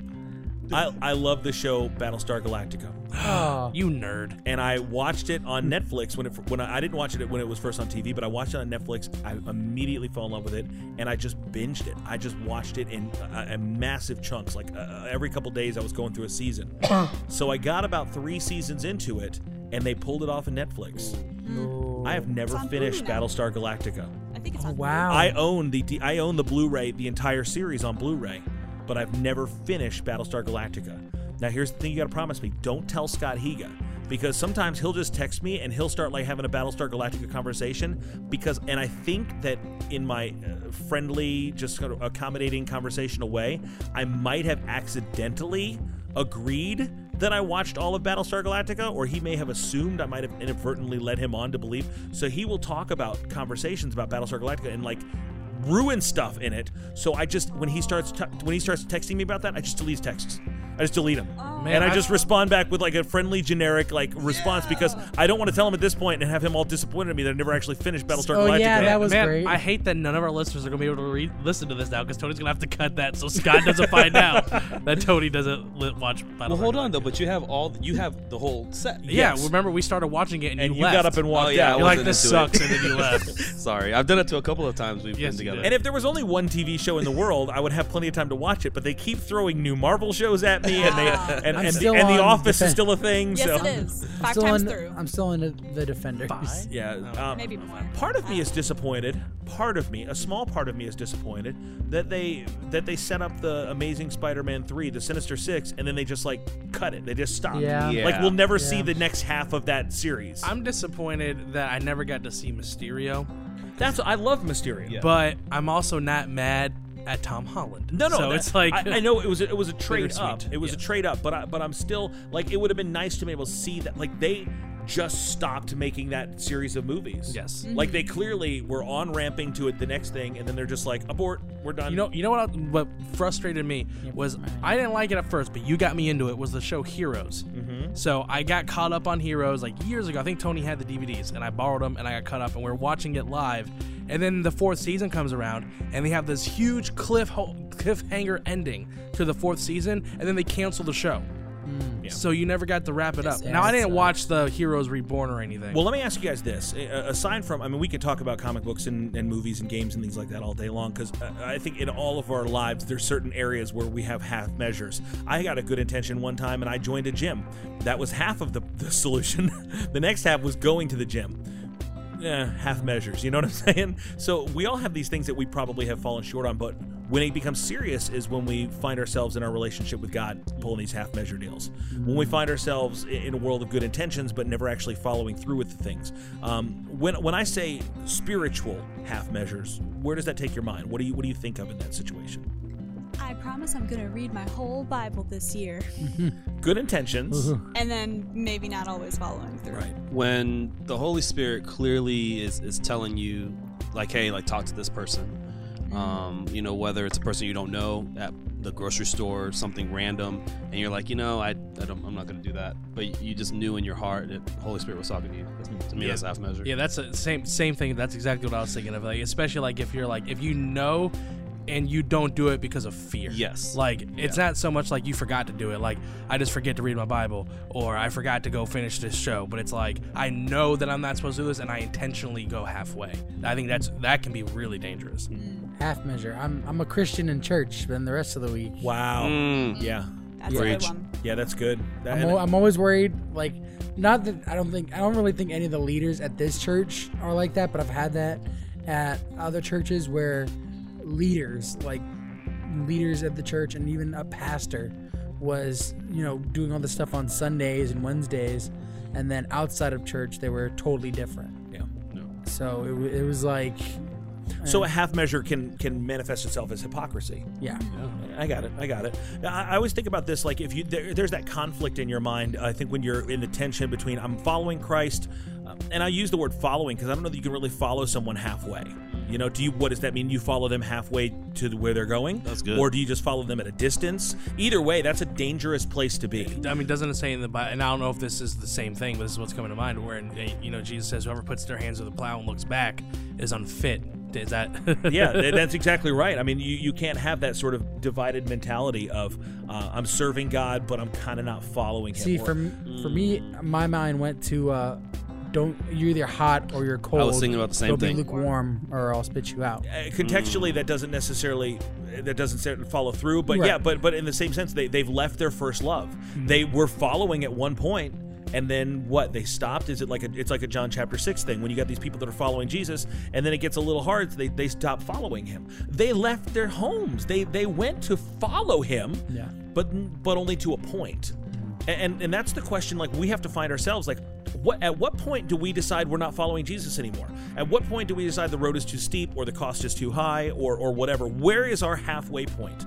I, I love the show Battlestar Galactica, Oh, You nerd. and I watched it on Netflix when it when I, I didn't watch it when it was first on TV, but I watched it on Netflix. I immediately fell in love with it, and I just binged it. I just watched it in, uh, in massive chunks. Like uh, every couple days, I was going through a season. so I got about three seasons into it, and they pulled it off of Netflix. I have never It's on Hulu finished now. Battlestar Galactica. I think it's on. Oh, wow. I own the D- I own the Blu-ray, the entire series on Blu-ray, but I've never finished Battlestar Galactica. Now here's the thing you got to promise me: don't tell Scott Higa because sometimes he'll just text me and he'll start like having a Battlestar Galactica conversation because and I think that in my uh, friendly, just kind of accommodating conversational way, I might have accidentally agreed that I watched all of Battlestar Galactica, or he may have assumed I might have inadvertently led him on to believe. So he will talk about conversations about Battlestar Galactica and like ruin stuff in it. So I just when he starts t- when he starts texting me about that, I just delete his texts. I just delete them, Oh. Man, and I I- just respond back with like a friendly, generic like response because I don't want to tell him at this point and have him all disappointed in me that I never actually finished Battlestar Oh, Galactica. yeah, that was Man, great. I hate that none of our listeners are gonna be able to re- listen to this now because Tony's gonna have to cut that so Scott doesn't find out that Tony doesn't li- watch. Battle Well, Royale. hold on though, but you have all you have the whole set. Yeah, Yes. remember we started watching it and, And you left. got up and walked Oh yeah, I out. You're like, wasn't "This into it." sucks," and then you left. Sorry, I've done it to a couple of times. We've Yes, been you together. did. And if there was only one TV show in the world, I would have plenty of time to watch it. But they keep throwing new Marvel shows at me, and they and, I'm and, and, still the on Office Defen- is still a thing. Yes, so. it is. Five still times in, through. I'm still in the defenders. Yeah. Um, Maybe more. Part of me is disappointed. Part of me, a small part of me, is disappointed that they that they set up the Amazing Spider-Man three, the Sinister Six, and then they just like cut it. They just stopped. Yeah. Yeah. Like we'll never Yeah. see the next half of that series. I'm disappointed that I never got to see Mysterio, That's I love Mysterio. but I'm also not mad at Tom Holland. No, no, so that- it's like I, I know it was a, it was a trade up. Bittersweet. It was a Yeah. trade up, but I, but I'm still like it would have been nice to be able to see that like they just stopped making that series of movies. Yes. Like they clearly were on ramping to it the next thing, and then they're just like, abort, we're done. You know, you know what? What frustrated me was I didn't like it at first, but you got me into it. Was the show Heroes? Mhm. So I got caught up on Heroes like years ago. I think Tony had the DVDs, and I borrowed them, and I got caught up, and we are watching it live. And then the fourth season comes around, and they have this huge cliff cliffhanger ending to the fourth season, and then they cancel the show. So you never got to wrap it up. Yeah, now I that didn't sucks. watch the Heroes Reborn or anything. Well, let me ask you guys this. A- Aside from, I mean, we could talk about comic books and, and movies and games and things like that all day long because I think in all of our lives, there's certain areas where we have half measures. I got a good intention one time and I joined a gym. That was half of the, the solution. the next half was going to the gym. Eh, half measures, you know what I'm saying? So we all have these things that we probably have fallen short on, but when it becomes serious is when we find ourselves in our relationship with God pulling these half measure deals. When we find ourselves i- in a world of good intentions but never actually following through with the things. Um, when when I say spiritual half measures, where does that take your mind? What do you what do you think of in that situation? I promise I'm gonna read my whole Bible this year, Mm-hmm. Good intentions. and then maybe not always following through. Right. when the Holy Spirit clearly is, is telling you, like, hey, like, talk to this person. Mm-hmm. Um, you know, whether it's a person you don't know at the grocery store, or something random, and you're like, you know, I, I don't, I'm not going to do that. But you just knew in your heart that the Holy Spirit was talking to you. That's- to me, that's half measure. Yeah, that's the same same thing. That's exactly what I was thinking of. Like, especially like if you're like if you know and you don't do it because of fear. Yes. Like it's not so much like you forgot to do it. Like I just forget to read my Bible or I forgot to go finish this show. But it's like I know that I'm not supposed to do this and I intentionally go halfway. I think that's that can be really dangerous. Mm-hmm. Half measure. I'm I'm a Christian in church, but then the rest of the week. Wow. Oh, Yeah. That's a good Preach. one. Yeah, that's good. That- I'm, al- I'm always worried, like, not that I don't think I don't really think any of the leaders at this church are like that, but I've had that at other churches where leaders, like leaders at the church, and even a pastor was, you know, doing all this stuff on Sundays and Wednesdays, and then outside of church they were totally different. Yeah. So it, wa- it was like. So eh. a half measure can can manifest itself as hypocrisy. Yeah. I got it. I got it. I, I always think about this like if you there, there's that conflict in your mind. I think when you're in the tension between I'm following Christ, uh, and I use the word following because I don't know that you can really follow someone halfway. You know, do you what does that mean? You follow them halfway to the- where they're going? That's good. Or do you just follow them at a distance? Either way, that's a dangerous place to be. I mean, doesn't it say in the Bible? And I don't know if this is the same thing, but this is what's coming to mind. Where you know Jesus says, "Whoever puts their hands to the plow and looks back is unfit." Is that? yeah, th- that's exactly right. I mean, you, you can't have that sort of divided mentality of uh, I'm serving God, but I'm kind of not following Him. See, or- for m- for me, my mind went to uh, don't you're either hot or you're cold. thinking about the same so thing. Be lukewarm, or I'll spit you out. Uh, contextually, that doesn't necessarily that doesn't ser- follow through. But Right. yeah, but but in the same sense, they they've left their first love. They were following at one point, and then what? They stopped. Is it like a it's like a John chapter six thing when you got these people that are following Jesus, and then it gets a little hard. So they they stop following him. They left their homes. They they went to follow him. Yeah. But but only to a point. A- And, and that's the question like we have to find ourselves like what at what point do we decide we're not following Jesus anymore? At what point do we decide the road is too steep or the cost is too high or or whatever? Where is our halfway point?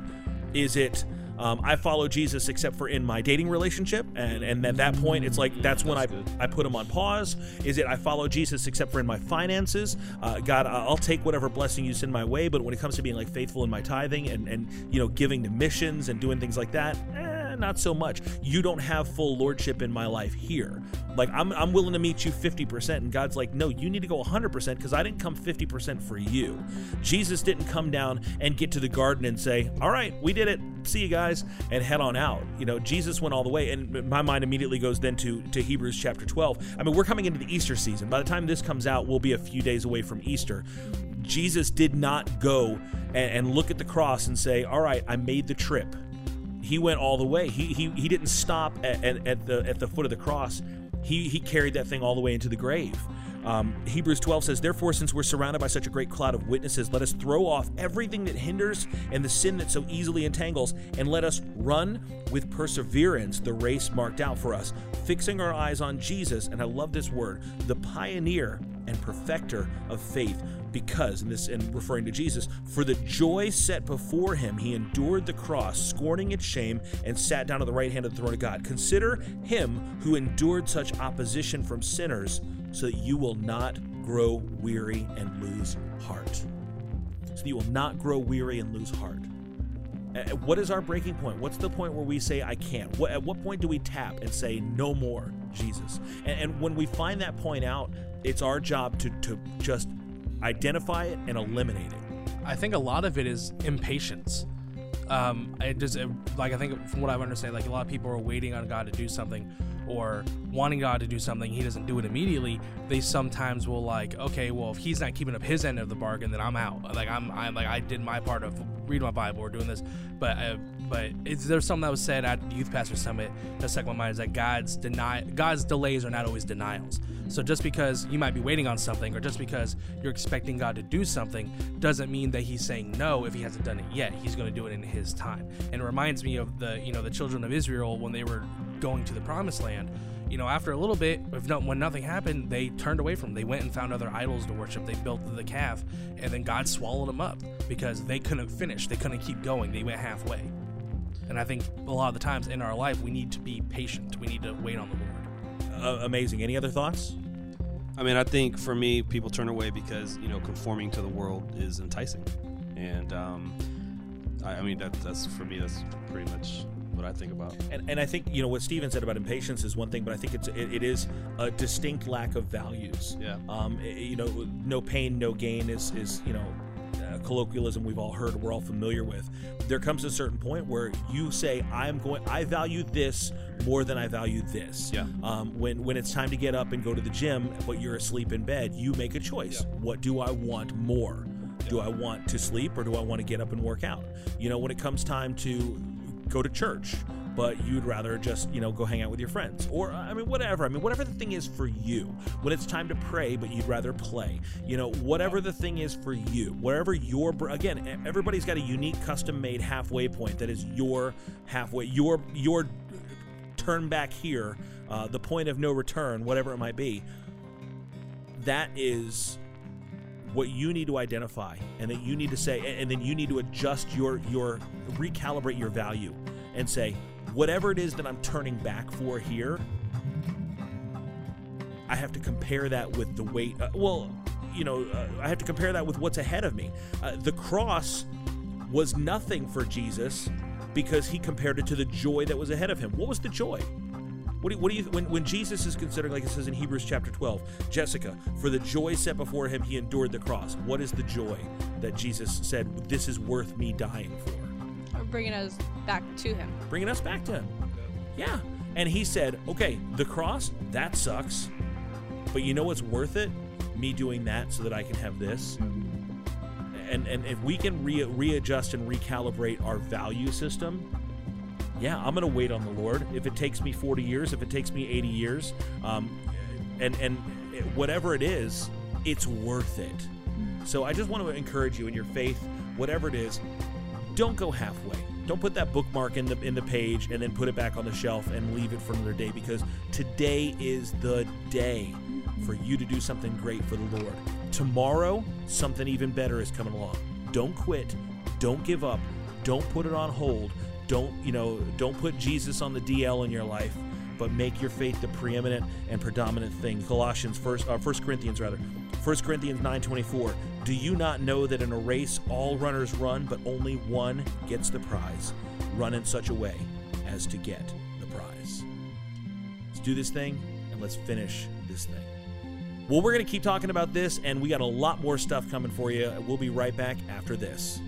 Is it um, I follow Jesus except for in my dating relationship and and at that point it's like that's when I I put him on pause. Is it I follow Jesus except for in my finances? Uh, God, I- I'll take whatever blessing you send my way, but when it comes to being like faithful in my tithing and and you know giving to missions and doing things like that, eh, not so much. You don't have full lordship in my life here. Like I'm I'm willing to meet you 50% and God's like, "No, you need to go 100% cuz I didn't come 50% for you." Jesus didn't come down and get to the garden and say, "All right, we did it. See you guys," and head on out. You know, Jesus went all the way and my mind immediately goes then to to Hebrews chapter 12. I mean, we're coming into the Easter season. By the time this comes out, we'll be a few days away from Easter. Jesus did not go and, and look at the cross and say, "All right, I made the trip." he went all the way. He he, he didn't stop at, at, at the at the foot of the cross. He he carried that thing all the way into the grave. Um, Hebrews 12 says, Therefore, since we're surrounded by such a great cloud of witnesses, let us throw off everything that hinders and the sin that so easily entangles, and let us run with perseverance the race marked out for us, fixing our eyes on Jesus. And I love this word, the pioneer and perfecter of faith, because, and this and referring to Jesus, for the joy set before him, he endured the cross, scorning its shame, and sat down at the right hand of the throne of God. Consider him who endured such opposition from sinners, so that you will not grow weary and lose heart. So that you will not grow weary and lose heart. Uh, What is our breaking point? What's the point where we say, I can't? What, at what point do we tap and say, no more, Jesus? And, and when we find that point out, it's our job to, to just identify it and eliminate it. I think a lot of it is impatience. Um, it just it- like I think from what I understand, like a lot of people are waiting on God to do something or wanting God to do something. He doesn't do it immediately. They sometimes will like, okay, well, if He's not keeping up His end of the bargain, then I'm out. Like I'm, I'm like I did my part of reading my Bible or doing this, but uh, but it's, there's something that was said at the Youth Pastor Summit that stuck in my mind is that God's deny God's delays are not always denials. So just because you might be waiting on something or just because you're expecting God to do something doesn't mean that he's saying no if he hasn't done it yet. He's going to do it in his time. And it reminds me of the, you know, the children of Israel when they were going to the promised land. You know, after a little bit, if not, when nothing happened, they turned away from. Him. They went and found other idols to worship. They built the calf, and then God swallowed them up because they couldn't finish. They couldn't keep going. They went halfway. And I think a lot of the times in our life, we need to be patient. We need to wait on the Lord. Uh, amazing. Any other thoughts? I mean, I think for me, people turn away because you know conforming to the world is enticing, and um, I, I mean that, that's for me. That's pretty much what I think about. And, and I think you know what Steven said about impatience is one thing, but I think it's it, it is a distinct lack of values. Yeah. Um, i- you know, no pain, no gain is is you know a colloquialism we've all heard, we're all familiar with. There comes a certain point where you say, "I'm going, I value this more than I value this." Yeah. Um, when when it's time to get up and go to the gym, but you're asleep in bed, you make a choice. What do I want more? Do I want to sleep or do I want to get up and work out? You know, when it comes time to go to church, but you'd rather just, you know, go hang out with your friends. Or, I mean, whatever. I mean, whatever the thing is for you. When it's time to pray, but you'd rather play. You know, whatever the thing is for you. Whatever your, br- again, e- everybody's got a unique custom made halfway point that is your halfway, your, your turn back here, uh, the point of no return, whatever it might be. That is what you need to identify and that you need to say and, and then you need to adjust your your recalibrate your value and say whatever it is that i'm turning back for here i have to compare that with the weight uh, well you know uh, i have to compare that with what's ahead of me uh, the cross was nothing for jesus because he compared it to the joy that was ahead of him what was the joy what do you, what do you when, when Jesus is considering, like it says in Hebrews chapter 12, Jessica, for the joy set before him, he endured the cross. What is the joy that Jesus said, this is worth me dying for? Or bringing us back to him. Bringing us back to him. Yeah. And he said, okay, the cross, that sucks. But you know what's worth it? Me doing that so that I can have this. And, and if we can re- readjust and recalibrate our value system, yeah, I'm going to wait on the Lord. If it takes me 40 years, if it takes me 80 years, um, and and whatever it is, it's worth it. So I just want to encourage you in your faith, whatever it is, don't go halfway. Don't put that bookmark in the in the page and then put it back on the shelf and leave it for another day because today is the day for you to do something great for the Lord. Tomorrow, something even better is coming along. Don't quit. Don't give up. Don't put it on hold. Don't, you know, don't put Jesus on the DL in your life, but make your faith the preeminent and predominant thing. Colossians first uh, 1 Corinthians rather. 1 Corinthians 9:24. Do you not know that in a race all runners run, but only one gets the prize? Run in such a way as to get the prize. Let's do this thing and let's finish this thing. Well, we're going to keep talking about this, and we got a lot more stuff coming for you. We'll be right back after this.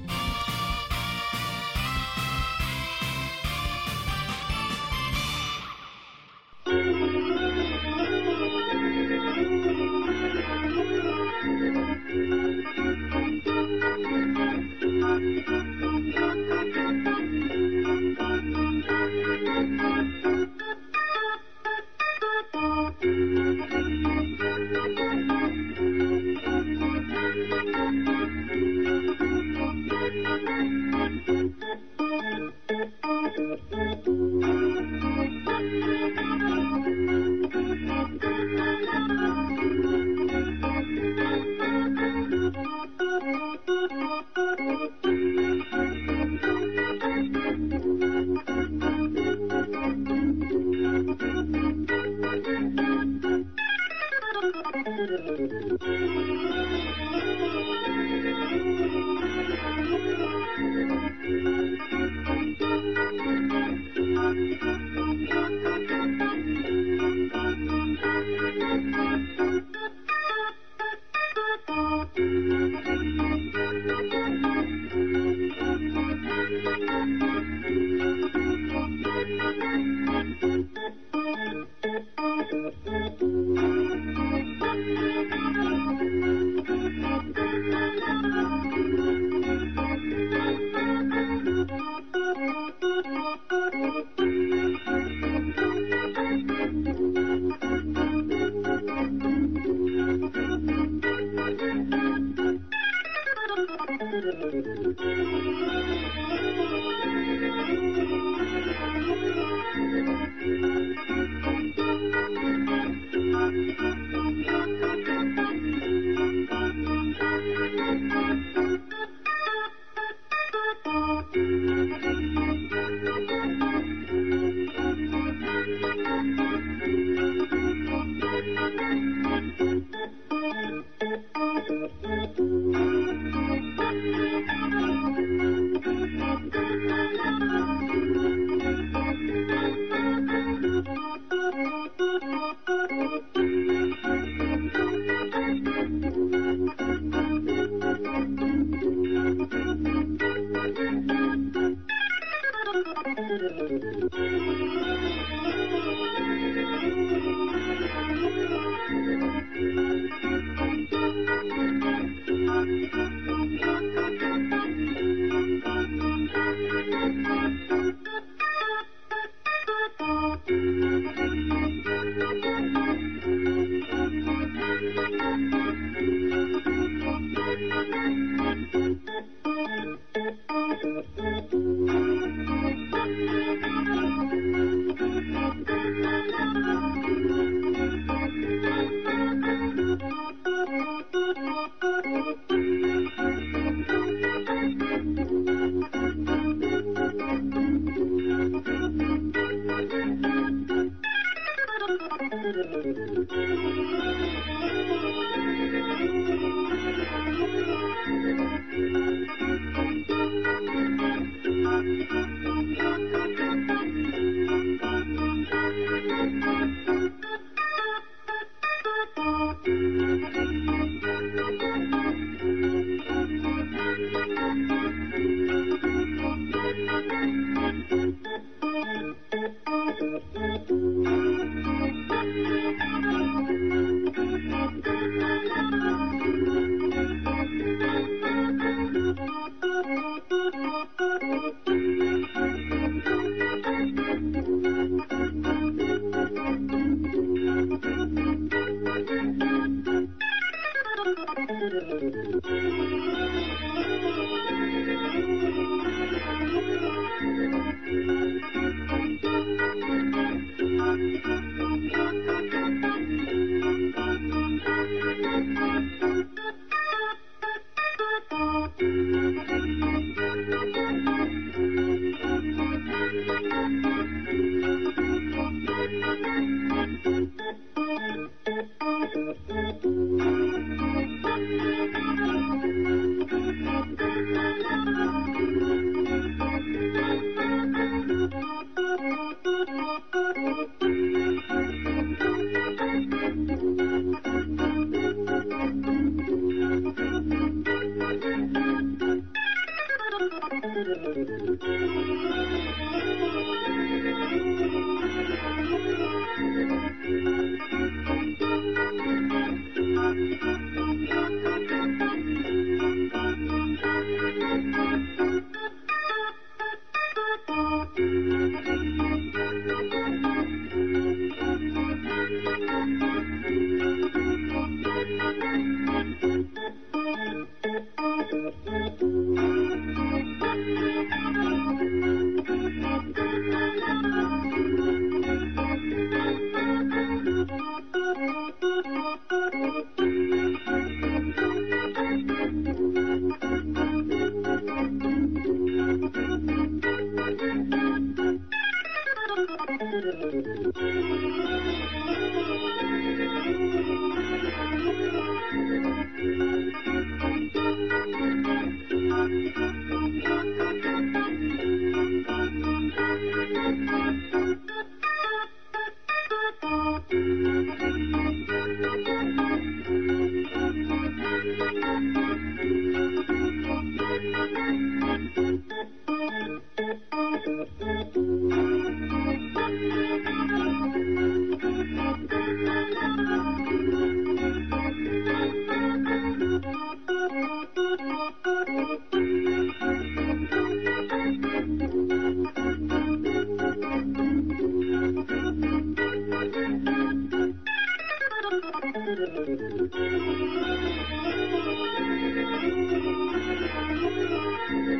Thank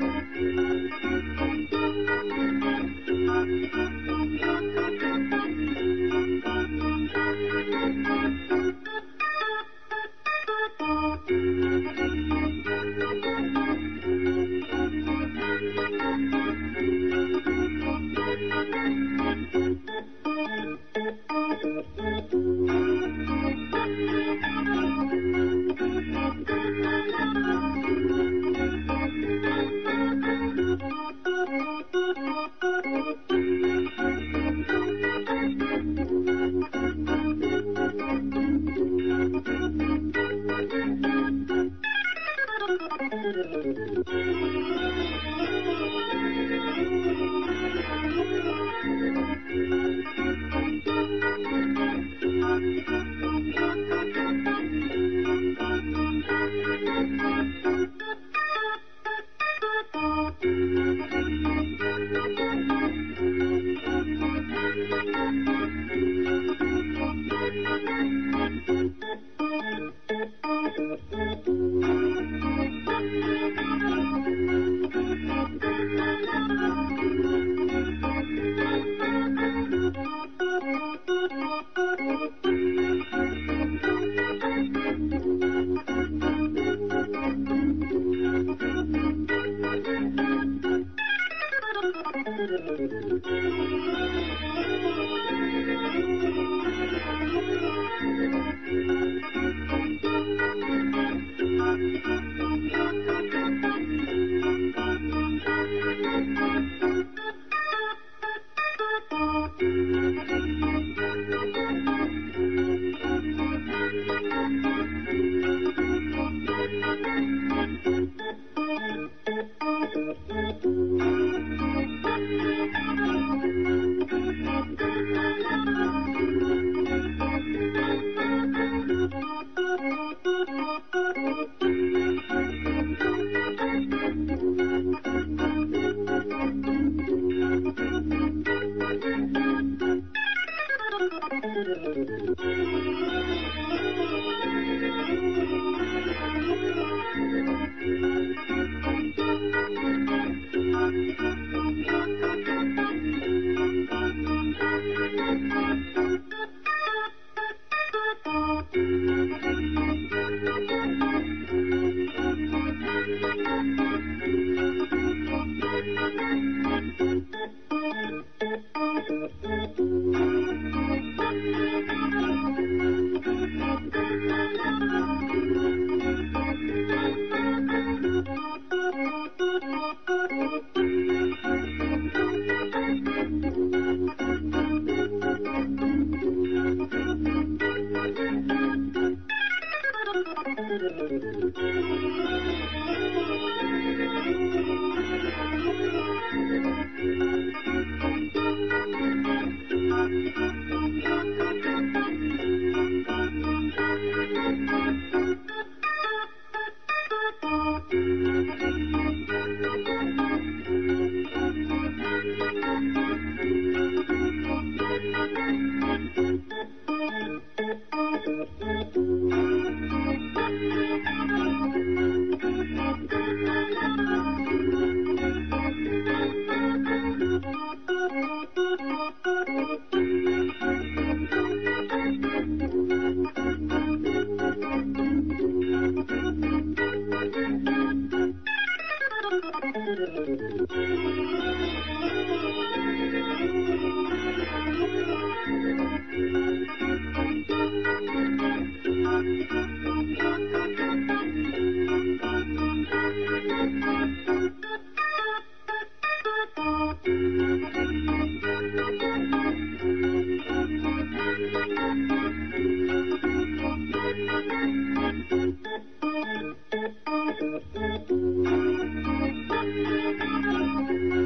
you. Thank you.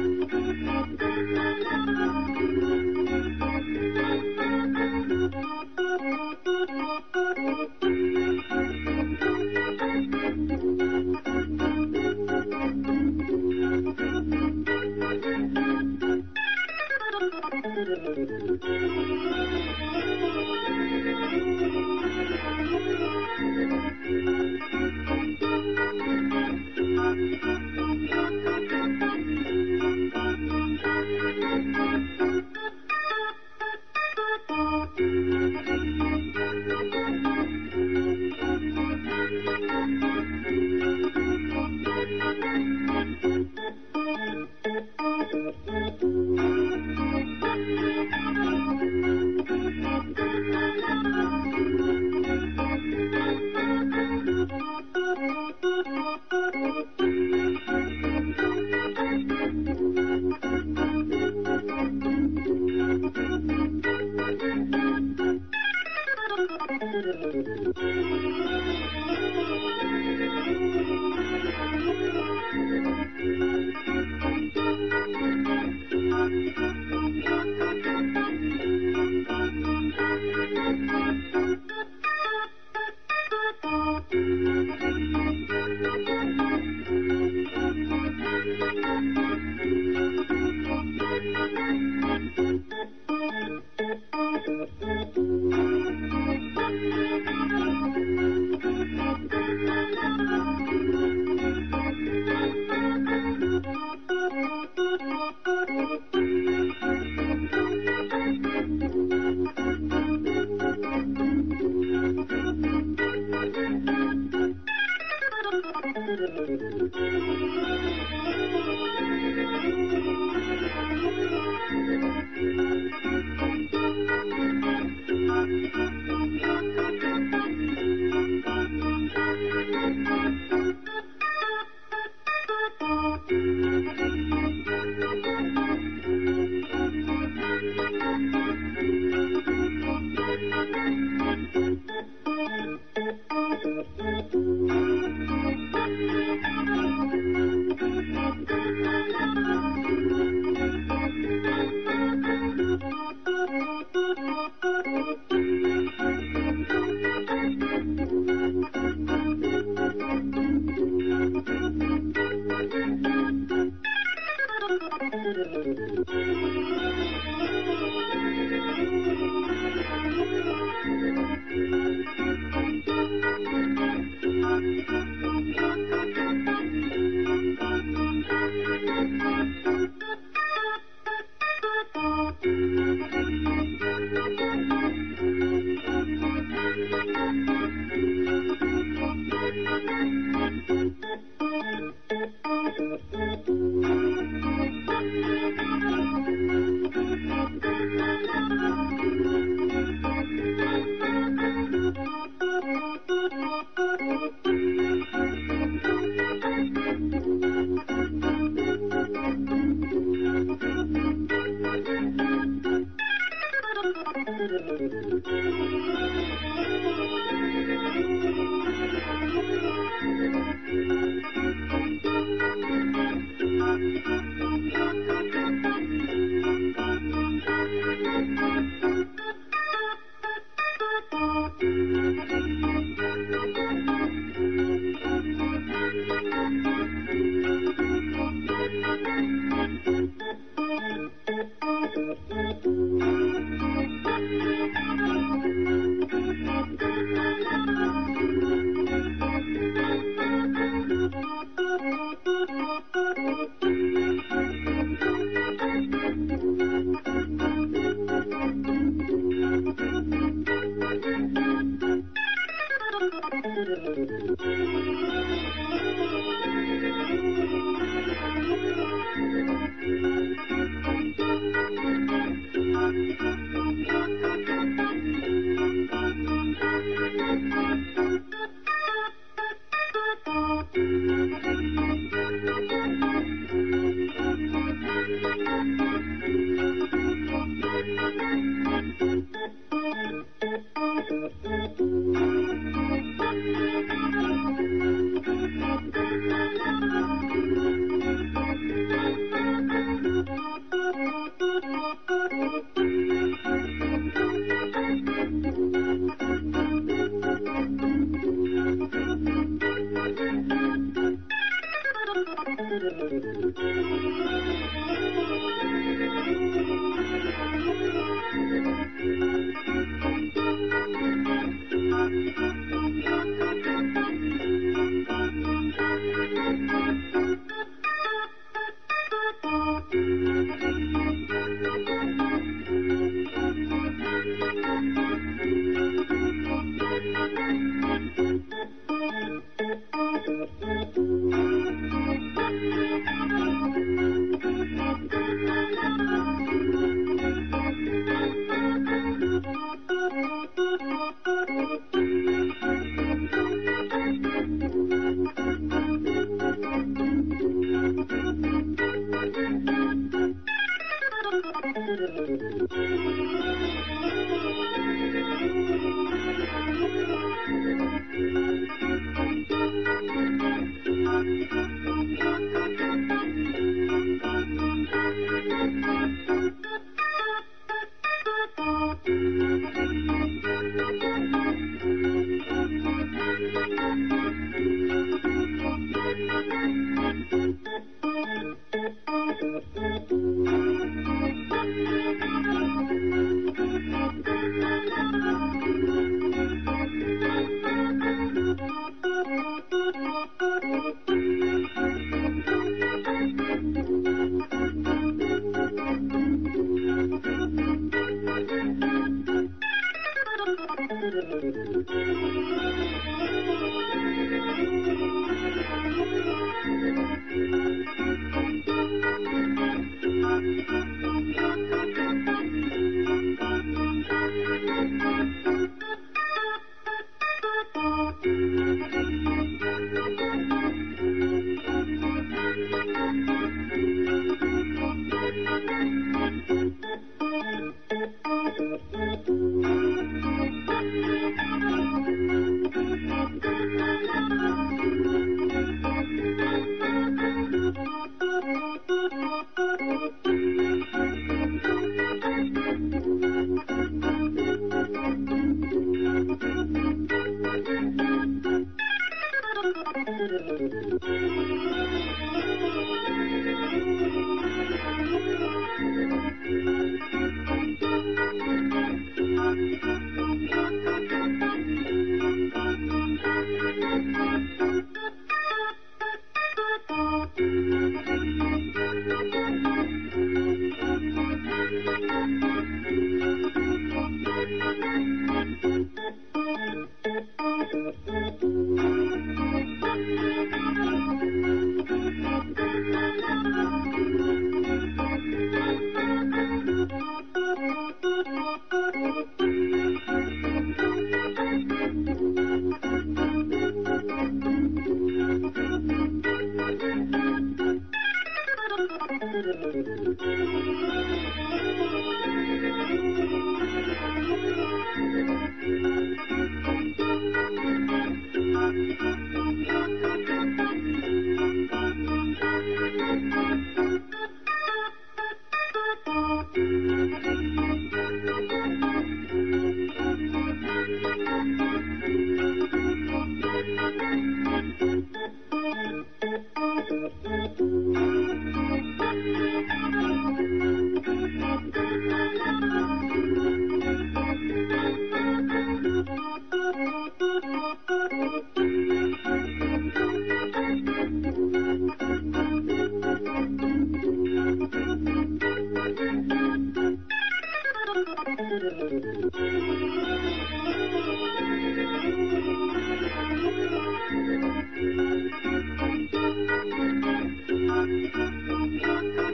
Thank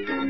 you.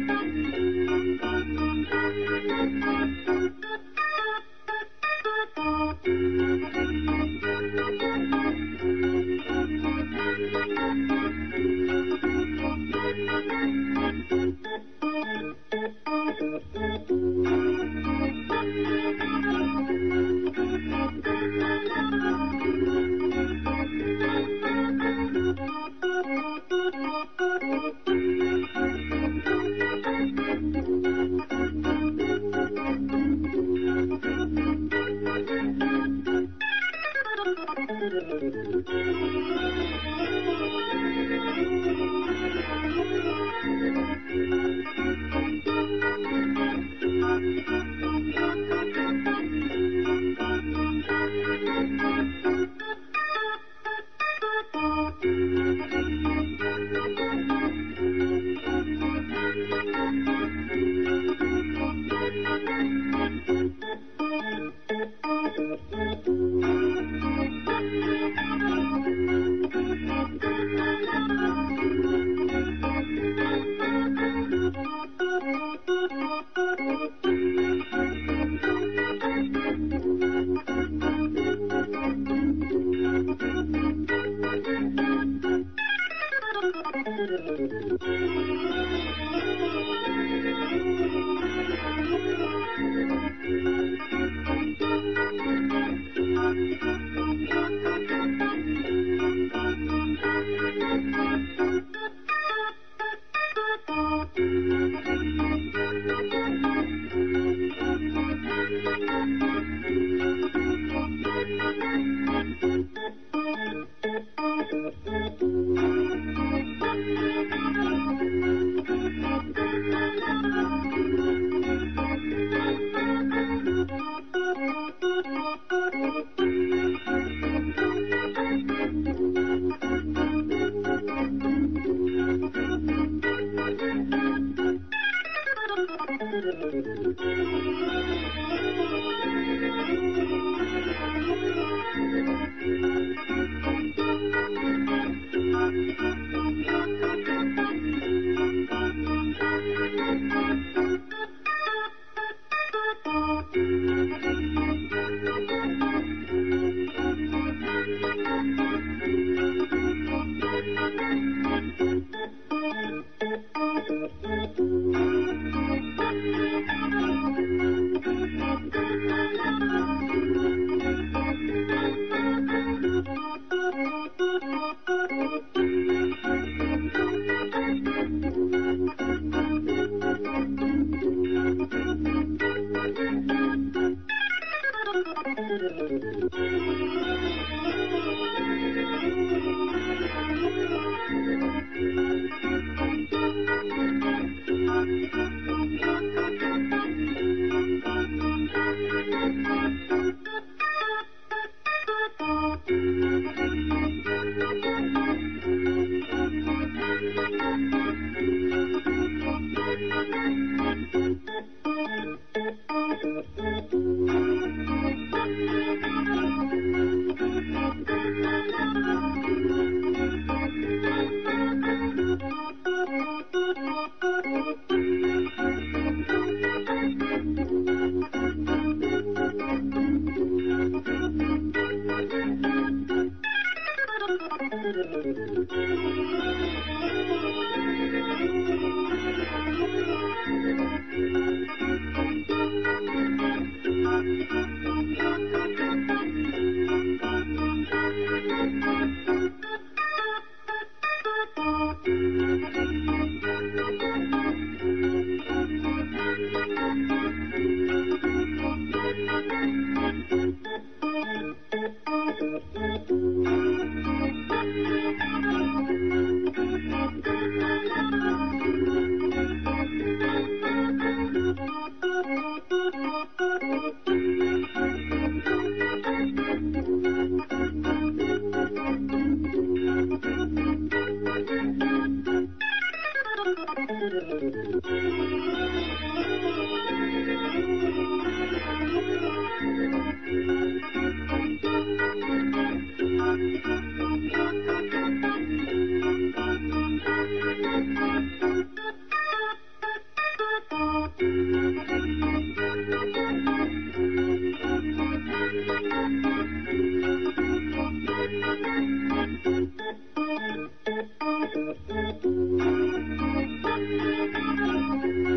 Thank you.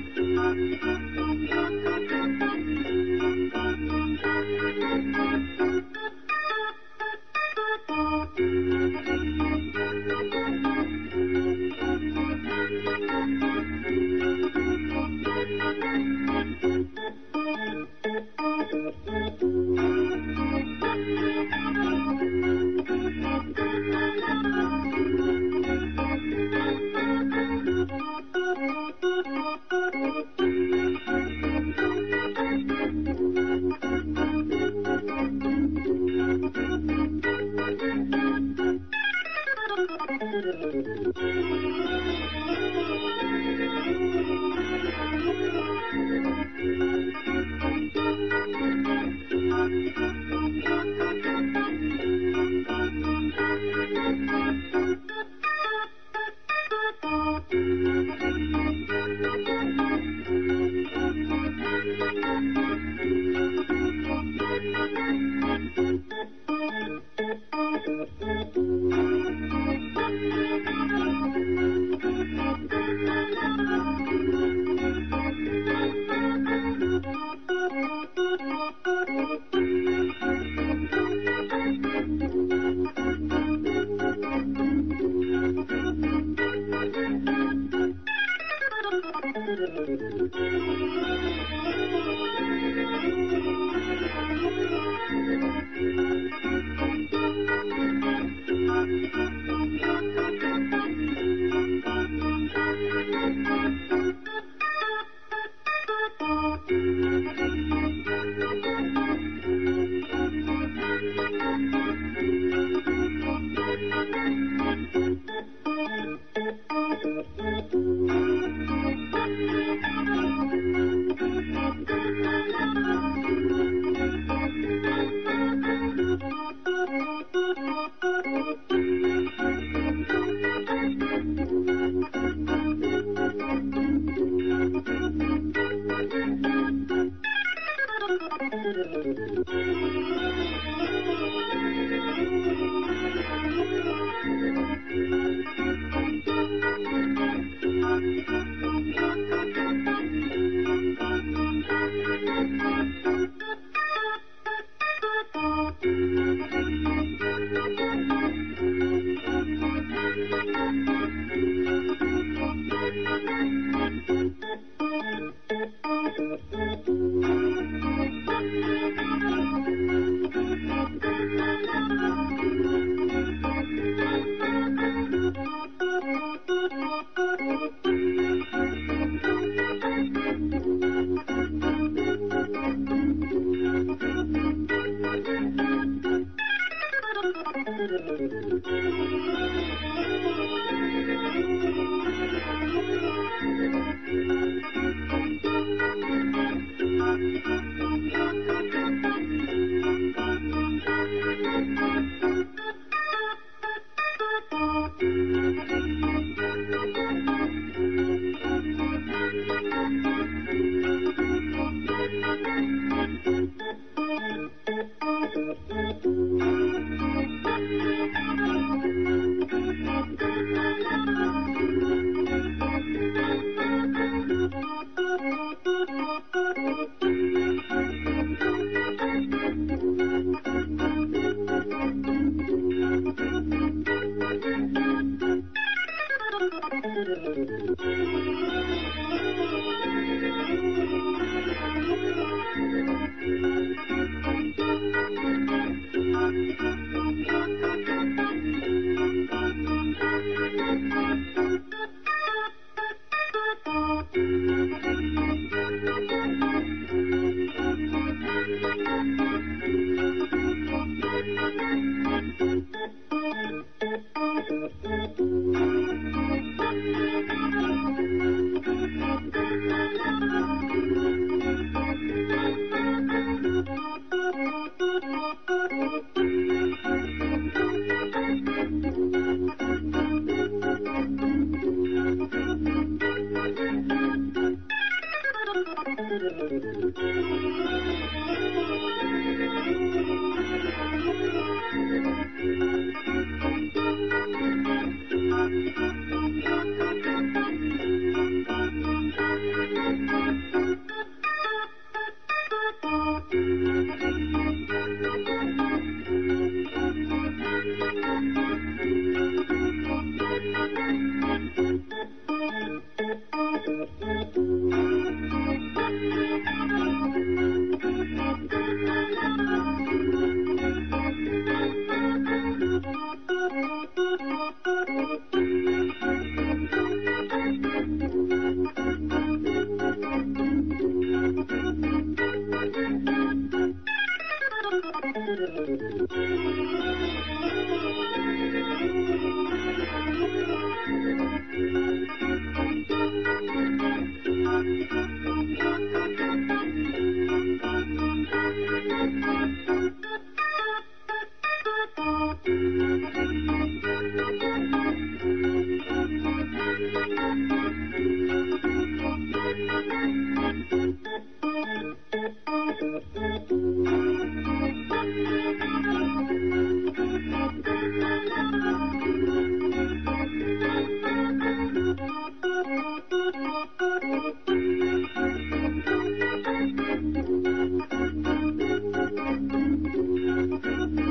Thank you.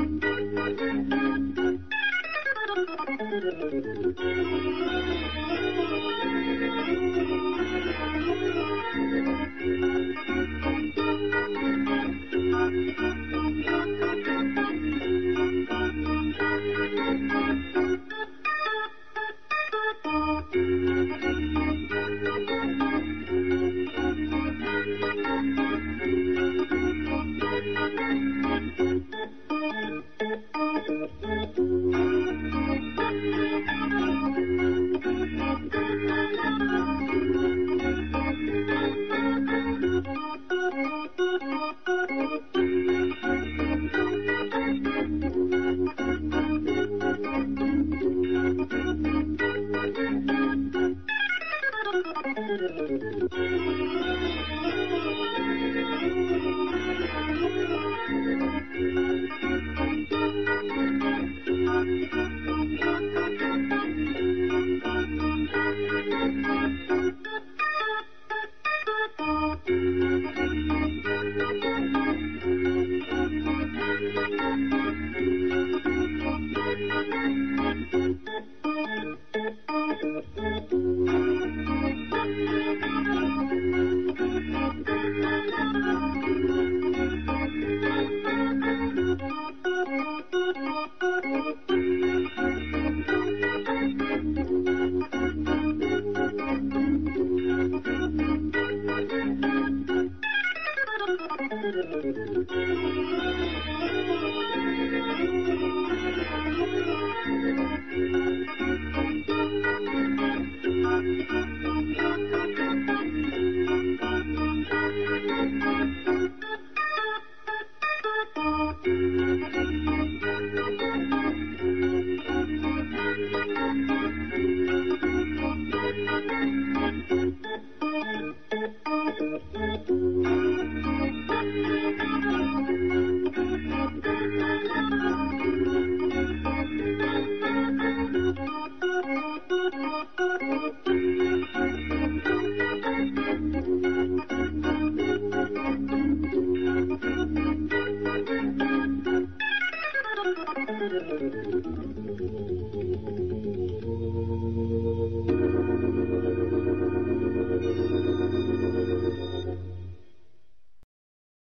Thank you. Thank you.